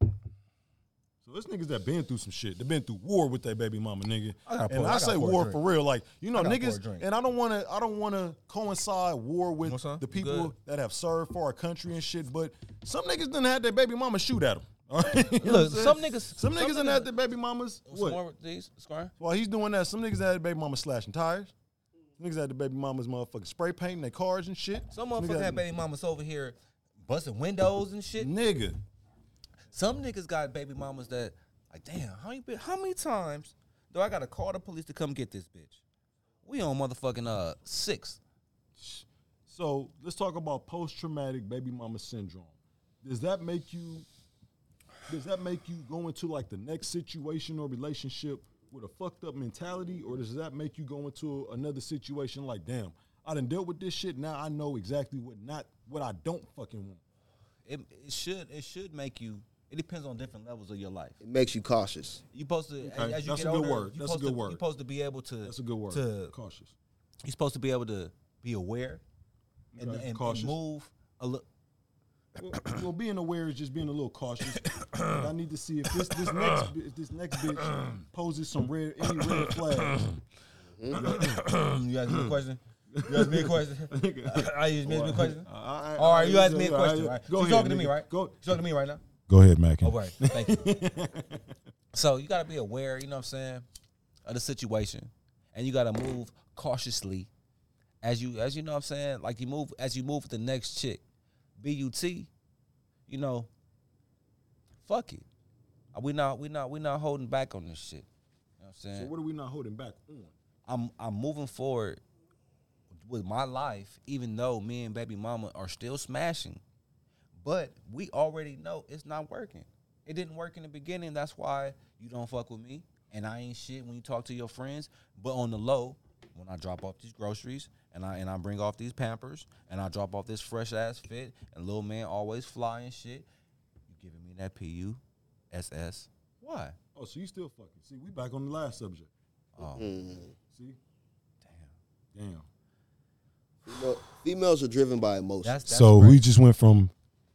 Speaker 3: So there's niggas that been through some shit. They been through war with their baby mama, nigga.
Speaker 1: I gotta
Speaker 3: and
Speaker 1: pour- I
Speaker 3: I,
Speaker 1: gotta
Speaker 3: say
Speaker 1: pour a
Speaker 3: war
Speaker 1: drink.
Speaker 3: for real, like you know,
Speaker 1: I gotta pour a
Speaker 3: niggas.
Speaker 1: drink.
Speaker 3: And I don't want to. I don't want to coincide war with
Speaker 1: What's up?
Speaker 3: the
Speaker 1: You
Speaker 3: people
Speaker 1: good?
Speaker 3: that have served for our country and shit. But some niggas done had their baby mama shoot at them. All right? (laughs) You know what I'm
Speaker 1: Look,
Speaker 3: saying?
Speaker 1: some niggas- some
Speaker 3: some niggas done
Speaker 1: niggas-
Speaker 3: had their baby mamas.
Speaker 1: What?
Speaker 3: What?
Speaker 1: More with these, Squire?
Speaker 3: While he's doing that, some niggas had their baby mama slashing tires. Niggas had their baby mamas motherfucking spray painting their cars and shit.
Speaker 1: Some
Speaker 3: Niggas
Speaker 1: motherfucker had baby mamas over here busting windows and shit.
Speaker 3: Nigga,
Speaker 1: Some niggas got baby mamas that like, damn, how you been, how many times do I gotta call the police to come get this bitch? We on motherfucking uh six.
Speaker 3: So let's talk about post-traumatic baby mama syndrome. Does that make you? Does that make you go into like the next situation or relationship with a fucked up mentality, or does that make you go into another situation like, damn, I done dealt with this shit. Now I know exactly what not what I don't fucking want.
Speaker 1: It, it should it should make you. It depends on different levels of your life.
Speaker 2: It makes you cautious.
Speaker 1: You supposed to as, as you
Speaker 3: that's
Speaker 1: get
Speaker 3: a good
Speaker 1: older,
Speaker 3: word.
Speaker 1: You
Speaker 3: That's a
Speaker 1: supposed
Speaker 3: good
Speaker 1: to,
Speaker 3: word.
Speaker 1: You supposed to be able to.
Speaker 3: That's a good word.
Speaker 1: To,
Speaker 3: Cautious.
Speaker 1: you're supposed to be able to be aware and,
Speaker 3: Okay.
Speaker 1: and, and
Speaker 3: Cautious.
Speaker 1: move a (clears throat) little.
Speaker 3: Well, well, being aware is just being a little cautious. But I need to see if this, this next bi- if this next bitch poses some red any red flags. (clears throat) (laughs)
Speaker 1: (laughs) you ask me a question. You ask me a question. I you ask me a question.
Speaker 3: I, I, right,
Speaker 1: All right, you
Speaker 3: all
Speaker 1: asked me a
Speaker 3: all
Speaker 1: question,
Speaker 3: all
Speaker 1: right?
Speaker 3: Go
Speaker 1: you
Speaker 3: ahead,
Speaker 1: talking to me,
Speaker 3: nigga.
Speaker 1: right?
Speaker 3: Go,
Speaker 1: You talking to me right now?
Speaker 3: go ahead, Mackin.
Speaker 1: Oh, right. Thank you. so you got to be aware, you know what I'm saying, of the situation, and you got to move cautiously, as you as you know what I'm saying. Like you move as you move with the next chick, but, you know. Fuck it. We not we not we not holding back on this shit. You know what I'm saying.
Speaker 3: So what are we not holding back on?
Speaker 1: I'm I'm moving forward with my life, even though me and baby mama are still smashing. But we already know it's not working. It didn't work in the beginning. That's why you don't fuck with me, and I ain't shit when you talk to your friends. But on the low, when I drop off these groceries and I and I bring off these Pampers and I drop off this fresh ass fit, and little man always fly and shit. You giving me that pu, ss? Why?
Speaker 3: Oh, so you still fucking. See, we back on the last subject.
Speaker 1: Oh,
Speaker 3: See?
Speaker 1: damn.
Speaker 3: Damn.
Speaker 2: Female- Females are driven by emotion.
Speaker 1: That's, that's
Speaker 3: so
Speaker 1: crazy.
Speaker 3: we just went from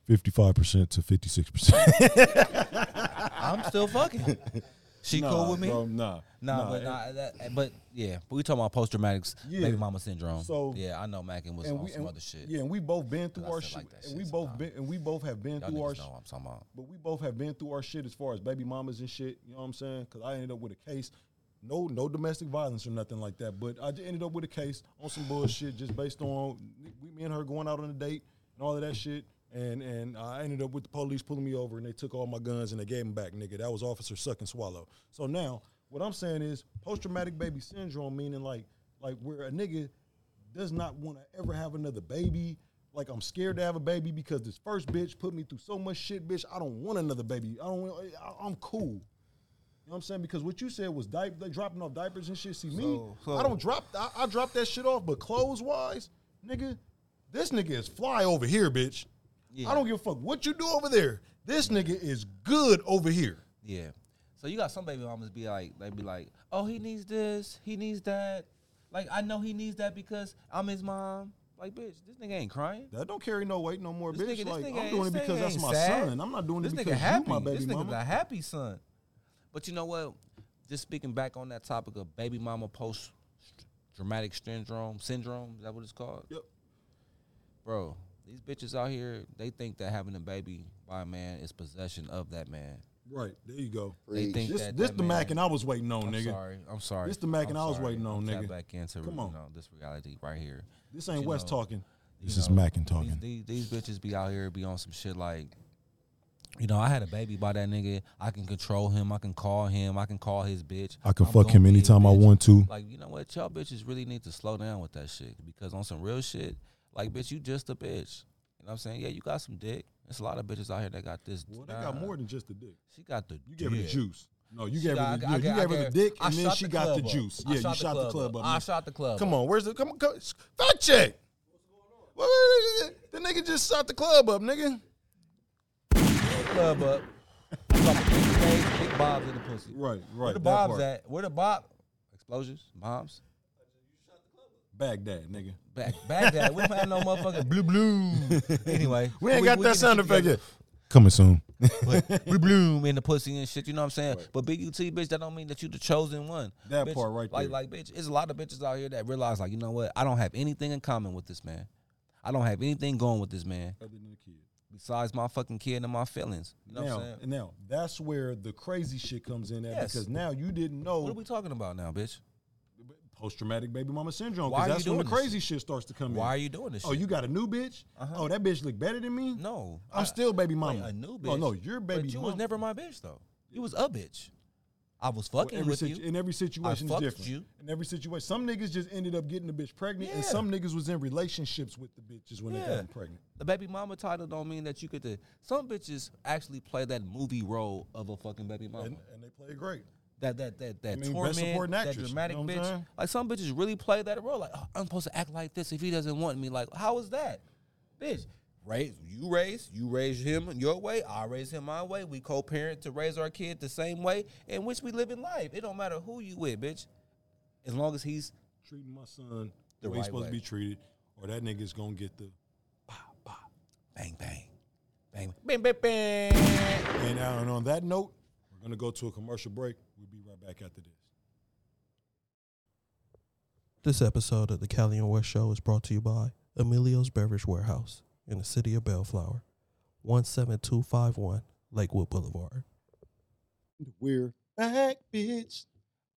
Speaker 3: 55%
Speaker 1: (laughs)
Speaker 3: to 56%.
Speaker 1: I'm still fucking. She cool with me?
Speaker 3: Bro, (laughs) nah.
Speaker 1: nah, but nah, that, but yeah, but we talking about post traumatic
Speaker 3: Yeah.
Speaker 1: baby mama syndrome.
Speaker 3: So-
Speaker 1: yeah, I know Mackin was
Speaker 3: And
Speaker 1: on
Speaker 3: we,
Speaker 1: some
Speaker 3: and,
Speaker 1: other shit.
Speaker 3: Yeah, and we both been through
Speaker 1: I
Speaker 3: our
Speaker 1: said
Speaker 3: shit.
Speaker 1: like that
Speaker 3: and
Speaker 1: shit
Speaker 3: we both
Speaker 1: sometimes.
Speaker 3: been and we both have been
Speaker 1: Y'all
Speaker 3: through our
Speaker 1: niggas
Speaker 3: shit.
Speaker 1: know what I'm talking about.
Speaker 3: But we both have been through our shit as far as baby mamas and shit. You know what I'm saying? Because I ended up with a case, no, no domestic violence or nothing like that. But I just ended up with a case on some bullshit, just based on we, me and her going out on a date and all of that shit. And and I ended up with the police pulling me over and they took all my guns and they gave them back, nigga. That was Officer Suck and Swallow. So now what I'm saying is post traumatic baby syndrome, meaning like like where a nigga does not want to ever have another baby. Like I'm scared to have a baby because this first bitch put me through so much shit, bitch. I don't want another baby. I don't. Want, I, I'm cool. You know what I'm saying? Because what you said was di- like dropping off diapers and shit. See me,
Speaker 1: So- so-
Speaker 3: I don't drop. I, I drop that shit off, but clothes wise, nigga, this nigga is fly over here, bitch.
Speaker 1: Yeah.
Speaker 3: I don't give a fuck what you do over there. This nigga is good over here.
Speaker 1: Yeah. So you got some baby mamas be like, they be like, oh, he needs this, he needs that. Like I know he needs that because I'm his mom. Like bitch, this nigga ain't crying.
Speaker 3: That don't carry no weight no more,
Speaker 1: This
Speaker 3: bitch.
Speaker 1: nigga,
Speaker 3: like
Speaker 1: this nigga,
Speaker 3: I'm doing it
Speaker 1: this
Speaker 3: because
Speaker 1: nigga
Speaker 3: that's
Speaker 1: ain't
Speaker 3: my
Speaker 1: sad.
Speaker 3: son. I'm not doing
Speaker 1: this
Speaker 3: it
Speaker 1: nigga
Speaker 3: because
Speaker 1: happy.
Speaker 3: you my baby
Speaker 1: this
Speaker 3: mama.
Speaker 1: nigga's a happy son. But you know what? Just speaking back on that topic of baby mama post traumatic syndrome syndrome, is that what it's called?
Speaker 3: Yep.
Speaker 1: Bro, these bitches out here, they think that having a baby by a man is possession of that man.
Speaker 3: Right there you go.
Speaker 1: They
Speaker 2: Preach.
Speaker 1: think
Speaker 3: This,
Speaker 1: that
Speaker 3: this
Speaker 1: that
Speaker 3: the
Speaker 1: man-
Speaker 3: Mac and I was waiting on,
Speaker 1: I'm
Speaker 3: nigga.
Speaker 1: sorry. I'm sorry.
Speaker 3: This the Mac
Speaker 1: I'm
Speaker 3: and I was
Speaker 1: sorry.
Speaker 3: waiting on,
Speaker 1: I'm tapped
Speaker 3: nigga.
Speaker 1: back into
Speaker 3: Come
Speaker 1: you
Speaker 3: on.
Speaker 1: know, this reality right here.
Speaker 3: This ain't
Speaker 1: You
Speaker 3: West
Speaker 1: know,
Speaker 3: talking.
Speaker 1: you
Speaker 3: This is
Speaker 1: know,
Speaker 3: Mackin
Speaker 1: these-
Speaker 3: talking.
Speaker 1: These, these, bitches be out here be on some shit like, you know, I had a baby by that nigga. I can control him. I can call him. I can call his bitch.
Speaker 3: I can
Speaker 1: I'm
Speaker 3: fuck
Speaker 1: gonna
Speaker 3: him
Speaker 1: be his
Speaker 3: anytime I
Speaker 1: bitch.
Speaker 3: want to.
Speaker 1: Like, you know what? Y'all bitches really need to slow down with that shit because on some real shit, like, bitch, you just a bitch. You know what I'm saying? Yeah, you got some dick. There's a lot of bitches out here that got this.
Speaker 3: Well, they got
Speaker 1: nah,
Speaker 3: more than just the dick.
Speaker 1: She got the.
Speaker 3: You gave her the
Speaker 1: dick.
Speaker 3: juice. No, you
Speaker 1: She
Speaker 3: gave her
Speaker 1: got-
Speaker 3: the,
Speaker 1: I-
Speaker 3: yeah,
Speaker 1: I-
Speaker 3: you
Speaker 1: I
Speaker 3: gave her the
Speaker 1: gave-
Speaker 3: dick,
Speaker 1: I
Speaker 3: and then
Speaker 1: shot
Speaker 3: she
Speaker 1: the
Speaker 3: got the
Speaker 1: club up.
Speaker 3: juice.
Speaker 1: I
Speaker 3: Yeah, you
Speaker 1: shot the
Speaker 3: shot the
Speaker 1: club
Speaker 3: club up.
Speaker 1: up. I
Speaker 3: nigga.
Speaker 1: shot the club
Speaker 3: Come
Speaker 1: up.
Speaker 3: on, where's the come? on, come fact check. What- what- The nigga just shot the club up, nigga.
Speaker 1: club up. Fucking big legs, big bobs in the pussy.
Speaker 3: Right, right.
Speaker 1: Where the bobs at? Where the bob? Explosions, bombs.
Speaker 3: Baghdad, nigga.
Speaker 1: Back, back that. We don't have no motherfucking
Speaker 3: (laughs)
Speaker 1: blue bloom. Anyway,
Speaker 3: We ain't got that
Speaker 1: get
Speaker 3: sound
Speaker 1: the shit
Speaker 3: effect yet.
Speaker 1: together.
Speaker 3: Coming soon. (laughs)
Speaker 1: But we bloom in the pussy and shit. You know what I'm saying? But big UT bitch, that don't mean that you the chosen one.
Speaker 3: That
Speaker 1: Bitch,
Speaker 3: part right
Speaker 1: like,
Speaker 3: there.
Speaker 1: Like, bitch, it's a lot of bitches out here that realize, like, you know what? I don't have anything in common with this man. I don't have anything going with this man
Speaker 3: Other than the kid.
Speaker 1: besides my fucking kid and my feelings. You know
Speaker 3: now,
Speaker 1: what I'm saying?
Speaker 3: and now that's where the crazy shit comes in at
Speaker 1: Yes.
Speaker 3: because now you didn't
Speaker 1: What are
Speaker 3: know
Speaker 1: we talking about now, bitch?
Speaker 3: post traumatic baby mama syndrome
Speaker 1: Why are
Speaker 3: because
Speaker 1: you
Speaker 3: that's when the
Speaker 1: doing this
Speaker 3: crazy shit starts to come in.
Speaker 1: Why are you doing this?
Speaker 3: Oh,
Speaker 1: shit? Uh-huh.
Speaker 3: you got a new bitch? Oh, that bitch look better than me?
Speaker 1: No,
Speaker 3: I'm
Speaker 1: I-
Speaker 3: still baby
Speaker 1: Wait,
Speaker 3: mama. Oh,
Speaker 1: a new bitch.
Speaker 3: No, no, you're baby
Speaker 1: But you
Speaker 3: mama.
Speaker 1: was never my bitch though. You was a bitch. I was fucking
Speaker 3: every
Speaker 1: with
Speaker 3: situ-
Speaker 1: you.
Speaker 3: In every situation is
Speaker 1: fucked
Speaker 3: different.
Speaker 1: you.
Speaker 3: In every situation. Some niggas just ended up getting the bitch pregnant and
Speaker 1: Yeah.
Speaker 3: some niggas was in relationships with the bitches when they got
Speaker 1: Yeah.
Speaker 3: them pregnant.
Speaker 1: The baby mama title don't mean that you get to. Some bitches actually play that movie role of a fucking baby mama.
Speaker 3: And, and they played great.
Speaker 1: that that that that
Speaker 3: I mean, best
Speaker 1: torment,
Speaker 3: supporting
Speaker 1: that
Speaker 3: actress, you
Speaker 1: dramatic
Speaker 3: know what I'm
Speaker 1: bitch.
Speaker 3: saying?
Speaker 1: Like some bitches really play that role. Like "Oh, I'm supposed to act like this if he doesn't want me. Like how is that, bitch? Raise you raise you raise him your way. I raise him my way. We co-parent to raise our kid the same way in which we live in life. It don't matter who you with, bitch. As long as he's
Speaker 3: Treating my son
Speaker 1: The
Speaker 3: the, way
Speaker 1: right
Speaker 3: he's supposed
Speaker 1: way.
Speaker 3: to be treated, or that nigga's gonna get the
Speaker 1: bang bang, bang bang bang bang.
Speaker 3: And, uh, and on that note, we're going to go to a commercial break. We'll be right back after this.
Speaker 4: This episode of the Callie and West Show is brought to you by Emilio's Beverage Warehouse, in the city of Bellflower, 17251 Lakewood Boulevard.
Speaker 3: We're back, bitch.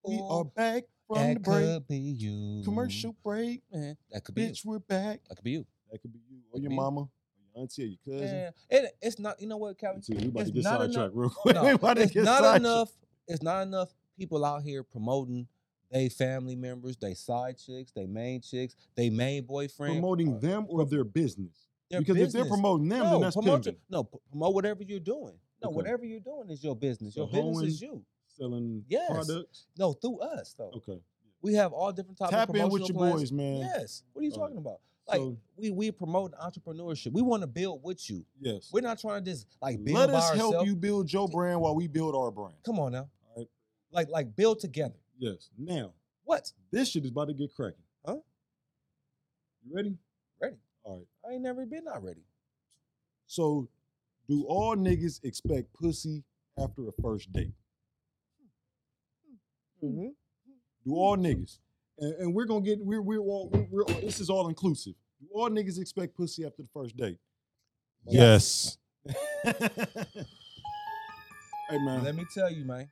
Speaker 3: We are back from the
Speaker 1: that
Speaker 3: break.
Speaker 1: could be you.
Speaker 3: Commercial break.
Speaker 1: man. That could be you.
Speaker 3: Bitch, we're back.
Speaker 1: That could be you.
Speaker 3: That could be you
Speaker 1: Could
Speaker 3: or your
Speaker 1: be.
Speaker 3: mama, or your auntie, or your cousin.
Speaker 1: Yeah, it, it's not. You know what,
Speaker 3: (laughs)
Speaker 1: Calvin?
Speaker 3: See, we about to
Speaker 1: It's
Speaker 3: get
Speaker 1: not
Speaker 3: sidetracked real quick. (laughs)
Speaker 1: No,
Speaker 3: we about to
Speaker 1: it's
Speaker 3: get
Speaker 1: not
Speaker 3: sidetracked.
Speaker 1: enough. It's not enough people out here promoting they family members, they side chicks, they main chicks, they main boyfriend.
Speaker 3: Promoting
Speaker 1: or
Speaker 3: them or their business.
Speaker 1: their
Speaker 3: because if they're
Speaker 1: business.
Speaker 3: promoting them,
Speaker 1: no,
Speaker 3: then that's
Speaker 1: promote
Speaker 3: pimping.
Speaker 1: your- no, p- promote whatever you're doing. No,
Speaker 3: Okay.
Speaker 1: whatever you're doing is your business.
Speaker 3: So
Speaker 1: Your business is you.
Speaker 3: Selling
Speaker 1: Yes.
Speaker 3: products.
Speaker 1: No, through us though.
Speaker 3: Okay.
Speaker 1: We have all different types of
Speaker 3: Tap in
Speaker 1: promotional
Speaker 3: with your
Speaker 1: plans.
Speaker 3: boys, man.
Speaker 1: Yes. What are you
Speaker 3: All
Speaker 1: talking about? Like
Speaker 3: So-
Speaker 1: we we promote entrepreneurship. We want to build with you.
Speaker 3: Yes.
Speaker 1: We're not trying to just like build
Speaker 3: Let
Speaker 1: by
Speaker 3: us
Speaker 1: ourselves.
Speaker 3: help you build your brand while we build our brand.
Speaker 1: Come on now.
Speaker 3: Alright.
Speaker 1: Like like build together.
Speaker 3: Yes. Now,
Speaker 1: What?
Speaker 3: this shit is about to get cracking.
Speaker 1: Huh?
Speaker 3: You ready?
Speaker 1: Ready?
Speaker 3: All right.
Speaker 1: I ain't never been not ready.
Speaker 3: So, do all niggas expect pussy after a first date?
Speaker 1: Mm-hmm.
Speaker 3: Do all niggas? And, and we're gonna get we're we're all we're, we're all- this is all inclusive. Do all niggas expect pussy after the first date? (laughs) Yes. hey man,
Speaker 1: Let me tell you, man.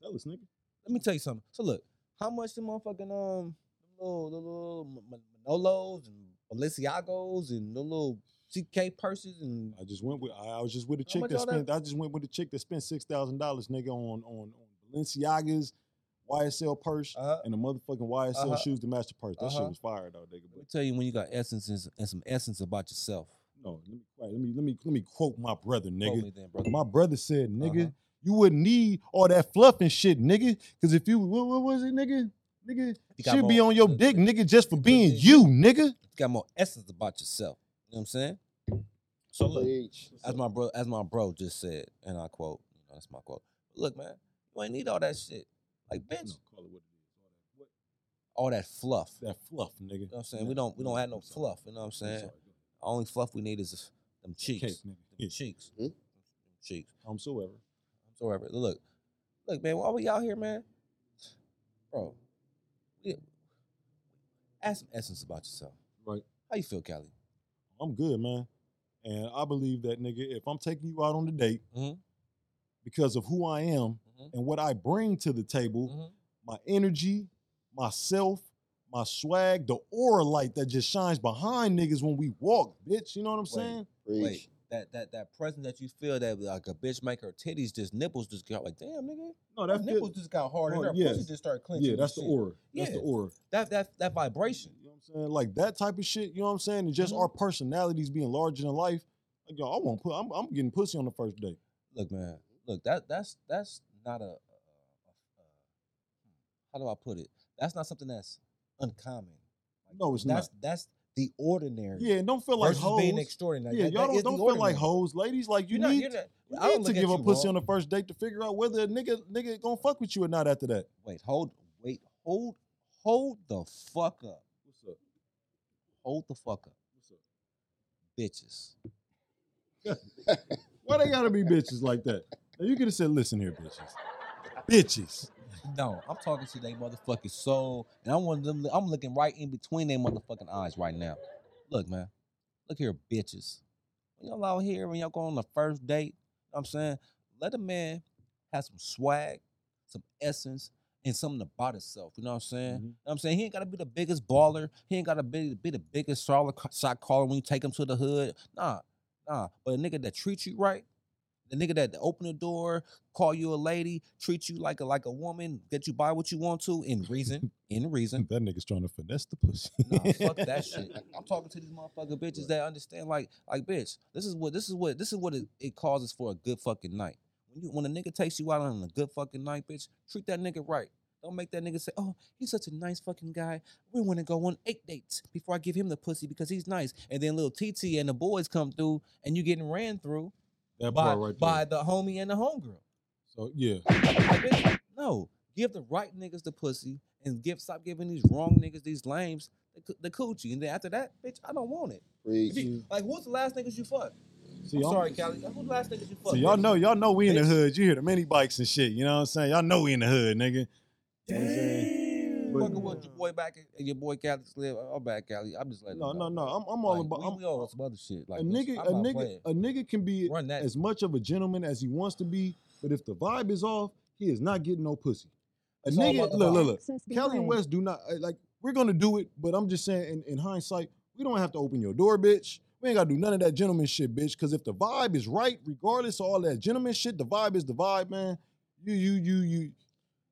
Speaker 3: tell us, nigga.
Speaker 1: Let me tell you something. So look, how much the motherfucking um little little, little M- M- Manolos and Balenciagos and the little CK purses and
Speaker 3: I just went with I, I was just with a
Speaker 1: How
Speaker 3: chick
Speaker 1: much
Speaker 3: that
Speaker 1: all that?
Speaker 3: spent I just went with a chick that spent six thousand dollars, nigga, on on on Balenciaga's YSL purse
Speaker 1: uh,
Speaker 3: and the motherfucking YSL
Speaker 1: Uh-huh.
Speaker 3: shoes to match the purse. That shit
Speaker 1: Uh-huh.
Speaker 3: was fire though, nigga.
Speaker 1: let
Speaker 3: But
Speaker 1: me tell you when you got essences and some essence about yourself.
Speaker 3: no, let me quiet. let me let me let me quote my brother,
Speaker 1: Quote
Speaker 3: nigga.
Speaker 1: me then, brother.
Speaker 3: My brother said, nigga,
Speaker 1: Uh-huh.
Speaker 3: you wouldn't need all that fluff and shit, nigga. Cause if you what, what was it, nigga? Nigga,
Speaker 1: You got
Speaker 3: she'd be
Speaker 1: more-
Speaker 3: on your dick, nigga, just for
Speaker 1: Good
Speaker 3: being
Speaker 1: dick.
Speaker 3: you, nigga.
Speaker 1: You got more essence about yourself. You know what I'm saying? So look,
Speaker 2: Preach.
Speaker 1: as my bro, as my bro just said, and I quote, you know, that's my quote. Look, man, you ain't need all that shit. Like, bitch,
Speaker 3: call it what it is.
Speaker 1: all that fluff.
Speaker 3: That fluff, nigga.
Speaker 1: You know what I'm saying? We don't we don't have no fluff, you know what I'm saying? Only fluff we need is them cheeks.
Speaker 3: Cake,
Speaker 1: them
Speaker 3: nigga. Yeah.
Speaker 1: cheeks.
Speaker 2: Hmm?
Speaker 1: Them cheeks.
Speaker 3: I'm so ever.
Speaker 1: So whatever. Look. Look, man, why we out here, man? Bro. We, add some essence about yourself.
Speaker 3: Right.
Speaker 1: How you feel, Callie?
Speaker 3: I'm good, man. And I believe that, nigga, if I'm taking you out on the date
Speaker 1: Mhm.
Speaker 3: because of who I am
Speaker 1: Mhm.
Speaker 3: and what I bring to the table,
Speaker 1: Mhm.
Speaker 3: my energy, myself, my swag, the aura light that just shines behind niggas when we walk, bitch. You know what I'm saying?
Speaker 1: Wait.
Speaker 2: Preach.
Speaker 1: That that that presence that you feel that like a bitch make her titties just nipples just got like, damn nigga.
Speaker 3: No,
Speaker 1: Her
Speaker 3: that's
Speaker 1: nipples just got hard and
Speaker 3: Oh,
Speaker 1: her
Speaker 3: yeah.
Speaker 1: pussy just started clenching.
Speaker 3: Yeah,
Speaker 1: and
Speaker 3: that's the
Speaker 1: shit.
Speaker 3: aura. That's the
Speaker 1: Yeah.
Speaker 3: aura.
Speaker 1: That that that vibration.
Speaker 3: You know what I'm saying? Like that type of shit, you know what I'm saying? And just
Speaker 1: Mhm.
Speaker 3: our personalities being larger than life. Like, yo, I won't put I'm, I'm getting pussy on the first day.
Speaker 1: look, man, look that that's that's not a, a, a, a- how do I put it? That's not something that's uncommon.
Speaker 3: No, it's
Speaker 1: that's that's the ordinary.
Speaker 3: Yeah, and don't feel like
Speaker 1: versus
Speaker 3: hoes.
Speaker 1: being extraordinary.
Speaker 3: yeah,
Speaker 1: That-
Speaker 3: y'all
Speaker 1: that is
Speaker 3: don't,
Speaker 1: the
Speaker 3: don't feel like
Speaker 1: ordinary.
Speaker 3: hoes, ladies. Like you
Speaker 1: You're not-
Speaker 3: need,
Speaker 1: you're not-
Speaker 3: you
Speaker 1: I don't
Speaker 3: need to
Speaker 1: look at
Speaker 3: give a
Speaker 1: you
Speaker 3: pussy
Speaker 1: wrong.
Speaker 3: on the first date to figure out whether a nigga nigga gonna fuck with you or not after that.
Speaker 1: Wait, hold, wait, hold, hold the fuck up.
Speaker 3: What's up?
Speaker 1: Hold the fuck up,
Speaker 3: What's up?
Speaker 1: bitches.
Speaker 3: Why they gotta be bitches like that? Now, you could have said, listen here, bitches. bitches.
Speaker 1: No, I'm talking to they motherfucking soul, and I'm one of them. I'm looking right in between their motherfucking eyes right now. Look, man, look here, bitches. When y'all out here, when y'all go on the first date, you know what I'm saying, let a man have some swag, some essence, and something about himself. You know what I'm saying?
Speaker 3: Mhm.
Speaker 1: You know what I'm saying he ain't gotta be the biggest baller. He ain't gotta be, be the biggest solid ca- shot caller when you take him to the hood. Nah, nah. But a nigga that treats you right, the nigga that open the door, call you a lady, treat you like a like a woman, get you buy what you want to in reason, in reason.
Speaker 3: That nigga's trying to finesse the pussy.
Speaker 1: Nah,
Speaker 3: (laughs)
Speaker 1: fuck that shit. I'm talking to these motherfucking bitches that understand like like bitch. This is what this is what this is what it, it causes for a good fucking night. When you when a nigga takes you out on a good fucking night, bitch, treat that nigga right. Don't make that nigga say, "Oh, he's such a nice fucking guy. We want to go on eight dates before I give him the pussy because he's nice." And then little TT and the boys come through, and you getting ran through
Speaker 3: That
Speaker 1: by
Speaker 3: part right there.
Speaker 1: by the homie and the homegirl.
Speaker 3: So yeah.
Speaker 1: Like, bitch, no, give the right niggas the pussy and give stop giving these wrong niggas these lames the, coo- the coochie. And then after that, bitch, I don't want it. If
Speaker 2: Preach.
Speaker 1: you- Like, who's the last niggas you fuck?
Speaker 3: See,
Speaker 1: I'm
Speaker 3: y'all-
Speaker 1: sorry, Callie. Who's the last niggas you fuck?
Speaker 3: So y'all
Speaker 1: bitch?
Speaker 3: know, y'all know we in the
Speaker 1: Bitch.
Speaker 3: hood. You hear the mini bikes and shit. You know what I'm saying? Y'all know we in the hood, nigga. You know what I'm saying?
Speaker 1: fucking with your boy back and your boy Cali Slim. I'm back Cali. I'm just letting
Speaker 3: No,
Speaker 1: him
Speaker 3: no,
Speaker 1: know.
Speaker 3: no. I'm, I'm all
Speaker 1: Like,
Speaker 3: about.
Speaker 1: we,
Speaker 3: I'm,
Speaker 1: we all on some other shit. Like
Speaker 3: a
Speaker 1: this-
Speaker 3: nigga,
Speaker 1: I'm
Speaker 3: a
Speaker 1: not
Speaker 3: nigga,
Speaker 1: playing.
Speaker 3: a nigga can be
Speaker 1: Run that.
Speaker 3: as much of a gentleman as he wants to be, but if the vibe is off, he is not getting no pussy. A
Speaker 1: It's all
Speaker 3: nigga,
Speaker 1: about
Speaker 3: look,
Speaker 1: the
Speaker 3: look,
Speaker 1: vibe.
Speaker 3: look. Kelly and West do not uh, like. We're gonna do it, but I'm just saying. In, in hindsight, we don't have to open your door, bitch. We ain't gotta do none of that gentleman shit, bitch. Because if the vibe is right, regardless of all that gentleman shit, the vibe is the vibe, man. You, you, you, you.
Speaker 1: you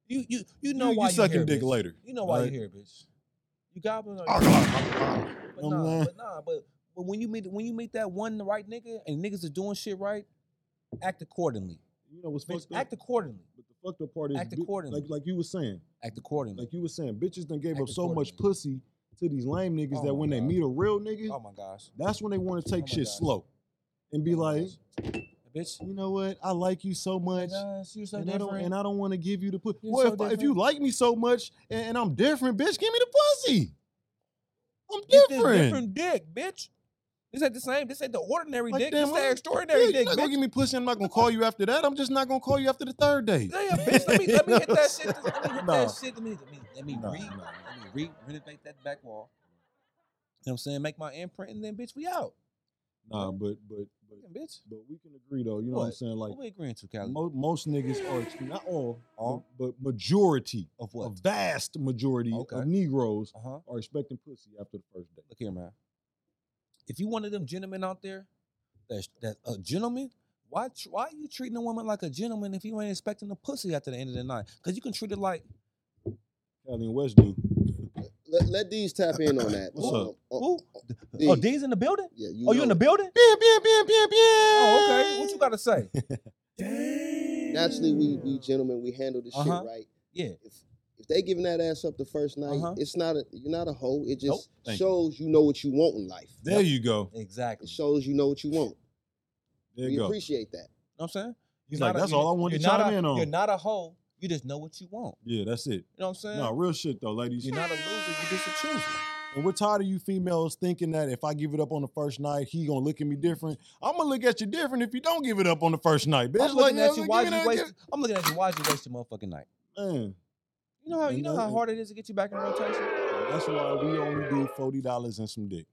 Speaker 1: you you know
Speaker 3: you
Speaker 1: why
Speaker 3: sucking
Speaker 1: here,
Speaker 3: dick
Speaker 1: bitch.
Speaker 3: later,
Speaker 1: You know why
Speaker 3: right?
Speaker 1: you're here, bitch. You got one.
Speaker 3: Ah,
Speaker 1: But
Speaker 3: I'm
Speaker 1: nah,
Speaker 3: lying.
Speaker 1: but nah, but but when you meet when you meet that one the right nigga and niggas are doing shit right, act accordingly.
Speaker 3: You know what's
Speaker 1: Bitch,
Speaker 3: fucked up?
Speaker 1: act accordingly.
Speaker 3: But the fucked up part is,
Speaker 1: act
Speaker 3: bi-
Speaker 1: accordingly.
Speaker 3: like, like you were saying,
Speaker 1: Act accordingly.
Speaker 3: like you were saying, bitches done gave
Speaker 1: Act
Speaker 3: up so much
Speaker 1: accordingly.
Speaker 3: pussy to these lame niggas
Speaker 1: Oh my
Speaker 3: that when they
Speaker 1: God.
Speaker 3: meet a real nigga,
Speaker 1: oh my gosh.
Speaker 3: that's when they want to take
Speaker 1: Oh my
Speaker 3: shit
Speaker 1: God.
Speaker 3: slow, and be
Speaker 1: Oh my
Speaker 3: like,
Speaker 1: gosh. bitch.
Speaker 3: you know what? I like you so much.
Speaker 1: Gosh, you're so
Speaker 3: and I
Speaker 1: different.
Speaker 3: don't and I don't want to give you the pussy.
Speaker 1: You're
Speaker 3: Well,
Speaker 1: so
Speaker 3: if, I- if
Speaker 1: different.
Speaker 3: you like me so much and, and I'm different, bitch, give me the pussy. I'm
Speaker 1: Get this
Speaker 3: different.
Speaker 1: different dick, bitch. This ain't the same. This ain't the ordinary
Speaker 3: Like,
Speaker 1: dick.
Speaker 3: damn,
Speaker 1: This the
Speaker 3: I'm- Yeah,
Speaker 1: extraordinary
Speaker 3: you're
Speaker 1: dick,
Speaker 3: not gonna
Speaker 1: bitch.
Speaker 3: give me pussy. I'm not gonna call you after that. I'm just not gonna call you after the
Speaker 1: (laughs)
Speaker 3: third date.
Speaker 1: Yeah, bitch. Let me let me hit that shit. Let me hit
Speaker 3: (laughs) No.
Speaker 1: that shit. Let me let me let me
Speaker 3: No,
Speaker 1: re
Speaker 3: no,
Speaker 1: let
Speaker 3: no.
Speaker 1: me re renovate that back wall. You know what I'm saying? Make my imprint and then bitch, we out.
Speaker 3: Nah, but but but
Speaker 1: Yeah, bitch.
Speaker 3: but we can agree though. You know what I'm
Speaker 1: What?
Speaker 3: saying? Like
Speaker 1: what we agreeing to, Cali?
Speaker 3: mo- most niggas are extreme. Not all,
Speaker 1: All?
Speaker 3: but but majority,
Speaker 1: Of what?
Speaker 3: a vast majority
Speaker 1: Okay.
Speaker 3: of Negroes
Speaker 1: Uh huh.
Speaker 3: are expecting pussy after the first date.
Speaker 1: Look here, man. If you one of them gentlemen out there, that's that a gentleman. Why tr- why you treating a woman like a gentleman if you ain't expecting a pussy after the end of the night? Cause you can treat it like
Speaker 3: Cali and West do.
Speaker 2: Let, let these tap in on that.
Speaker 3: What's
Speaker 2: Um,
Speaker 3: up?
Speaker 2: oh,
Speaker 1: who?
Speaker 2: D.
Speaker 1: Oh, D's in the building.
Speaker 2: yeah, you
Speaker 1: Oh, you in
Speaker 2: know
Speaker 1: the building? Oh, okay.
Speaker 3: (laughs)
Speaker 1: What you gotta say?
Speaker 2: it. Naturally, we we gentlemen, we handle this
Speaker 1: Uh-huh.
Speaker 2: shit right.
Speaker 1: Yeah.
Speaker 2: If if they giving that ass up the first night,
Speaker 1: Uh-huh.
Speaker 2: it's not a you're not a hoe. It
Speaker 1: Nope.
Speaker 2: just
Speaker 3: Thank you.
Speaker 2: shows you know what you want in life.
Speaker 3: There you go.
Speaker 1: Exactly.
Speaker 2: It shows you know what you want.
Speaker 3: There
Speaker 2: we
Speaker 3: you go.
Speaker 2: appreciate that.
Speaker 1: You know what I'm saying?
Speaker 3: He's
Speaker 1: You're
Speaker 3: like,
Speaker 1: not a-
Speaker 3: that's
Speaker 1: you're-
Speaker 3: all I wanted to
Speaker 1: you're not
Speaker 3: chime
Speaker 1: a-
Speaker 3: in
Speaker 1: You're
Speaker 3: on.
Speaker 1: not a hoe. You just know what you want.
Speaker 3: Yeah, that's it.
Speaker 1: You know what I'm saying?
Speaker 3: No, real shit though, ladies.
Speaker 1: Uh, You're
Speaker 2: (laughs)
Speaker 1: not a loser. You're just a chooser.
Speaker 3: And we're tired of you females thinking that if I give it up on the first night, he gonna look at me different. I'm gonna look at you different if you don't give it up on the first night, bitch.
Speaker 1: I'm looking
Speaker 3: Like,
Speaker 1: at you.
Speaker 3: give
Speaker 1: Why
Speaker 3: me
Speaker 1: you
Speaker 3: that-
Speaker 1: waste? I'm looking at you. Why you waste your motherfucking night?
Speaker 3: Man,
Speaker 1: You know how you
Speaker 3: And
Speaker 1: know how
Speaker 3: that-
Speaker 1: hard it is to get you back in rotation.
Speaker 3: that's why we only do forty dollars and some dick.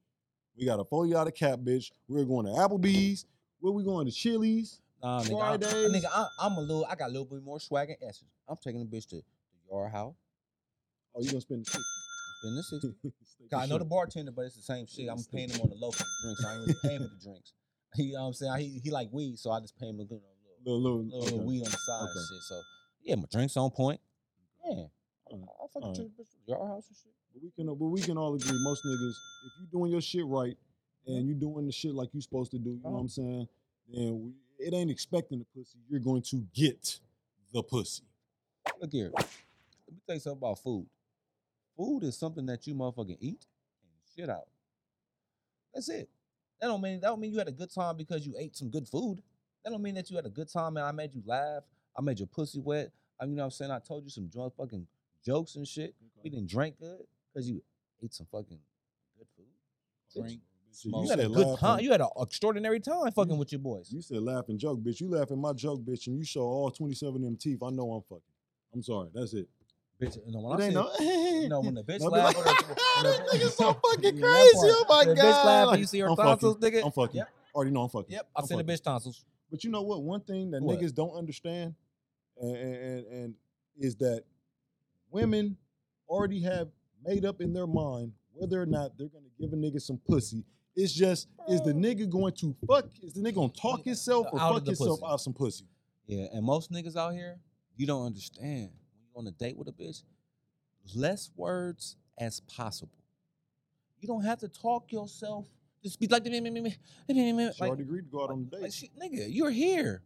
Speaker 3: We got a forty dollar cap, bitch. We're going to Applebee's. Where we going to Chili's?
Speaker 1: Nah, nigga, I,
Speaker 3: Fridays.
Speaker 1: nigga I, I'm a little. I got a little bit more swag and essence. I'm taking the bitch to your house.
Speaker 3: Oh, you gonna spend the (laughs) shit.
Speaker 1: Spend the sixty. (laughs) I know the bartender, but it's the same shit. I'm paying him on the local drinks. I ain't really paying for the drinks. (laughs) You know what I'm saying? He, he like weed, so I just pay him a good little
Speaker 3: little, little,
Speaker 1: little, little
Speaker 3: okay.
Speaker 1: weed on the side and
Speaker 3: Okay.
Speaker 1: shit. So yeah, my drinks on point. Yeah, I
Speaker 3: Alright.
Speaker 1: I fucking
Speaker 3: Alright.
Speaker 1: treat the bitch to your house and shit.
Speaker 3: But we can, but we can all agree. Most niggas, if you doing your shit right
Speaker 1: Mm-hmm.
Speaker 3: and you doing the shit like you supposed to do, you know what I'm saying? Then we, it ain't expecting the pussy. You're going to get the pussy.
Speaker 1: Look here. Let me tell you something about food. Food is something that you motherfucking eat and shit out. That's it. That don't mean that don't mean you had a good time because you ate some good food. That don't mean that you had a good time and I made you laugh. I made your pussy wet. I you know what I'm saying I told you some drunk fucking jokes and shit. We didn't drink good because you ate some fucking good food. Drink.
Speaker 3: So
Speaker 1: You had a good time. You had an extraordinary time fucking with your boys.
Speaker 3: You said laugh and joke, bitch. You laugh at my joke, bitch, and you show all 27 of them teeth. I know I'm fucking. I'm sorry. That's it.
Speaker 1: Bitch, you know, when
Speaker 3: It
Speaker 1: I
Speaker 3: ain't
Speaker 1: say,
Speaker 3: no. (laughs)
Speaker 1: you know, (laughs) when the bitch
Speaker 3: They'll be
Speaker 1: laugh,
Speaker 3: like,
Speaker 1: or the- when the-
Speaker 3: "This nigga's so fucking
Speaker 1: Yeah, (laughs) that part.
Speaker 3: crazy. Oh my
Speaker 1: When the
Speaker 3: God.
Speaker 1: Bitch laugh,
Speaker 3: Like,
Speaker 1: you see her
Speaker 3: I'm fucking.
Speaker 1: tonsils, nigga.
Speaker 3: I'm fucking.
Speaker 1: Yep,
Speaker 3: Already know I'm fucking.
Speaker 1: yep. I
Speaker 3: I'm
Speaker 1: seen the
Speaker 3: fucking.
Speaker 1: bitch tonsils.
Speaker 3: But you know what? One thing that
Speaker 1: What?
Speaker 3: niggas don't understand and, and, and- and is that women already have made up in their mind whether or not they're gonna give a nigga some pussy. It's just is the nigga going to fuck? Is the nigga gonna talk himself or
Speaker 1: Out of
Speaker 3: fuck
Speaker 1: the
Speaker 3: himself
Speaker 1: pussy.
Speaker 3: out
Speaker 1: (laughs)
Speaker 3: some pussy?
Speaker 1: Yeah, and most niggas out here, you don't understand. When you on a date with a bitch, less words as possible. You don't have to talk yourself. Just be like, (laughs) me, me, me, me, me, me, me,
Speaker 3: She
Speaker 1: like,
Speaker 3: already agreed to go out on the
Speaker 1: like
Speaker 3: date.
Speaker 1: she, nigga, you're here.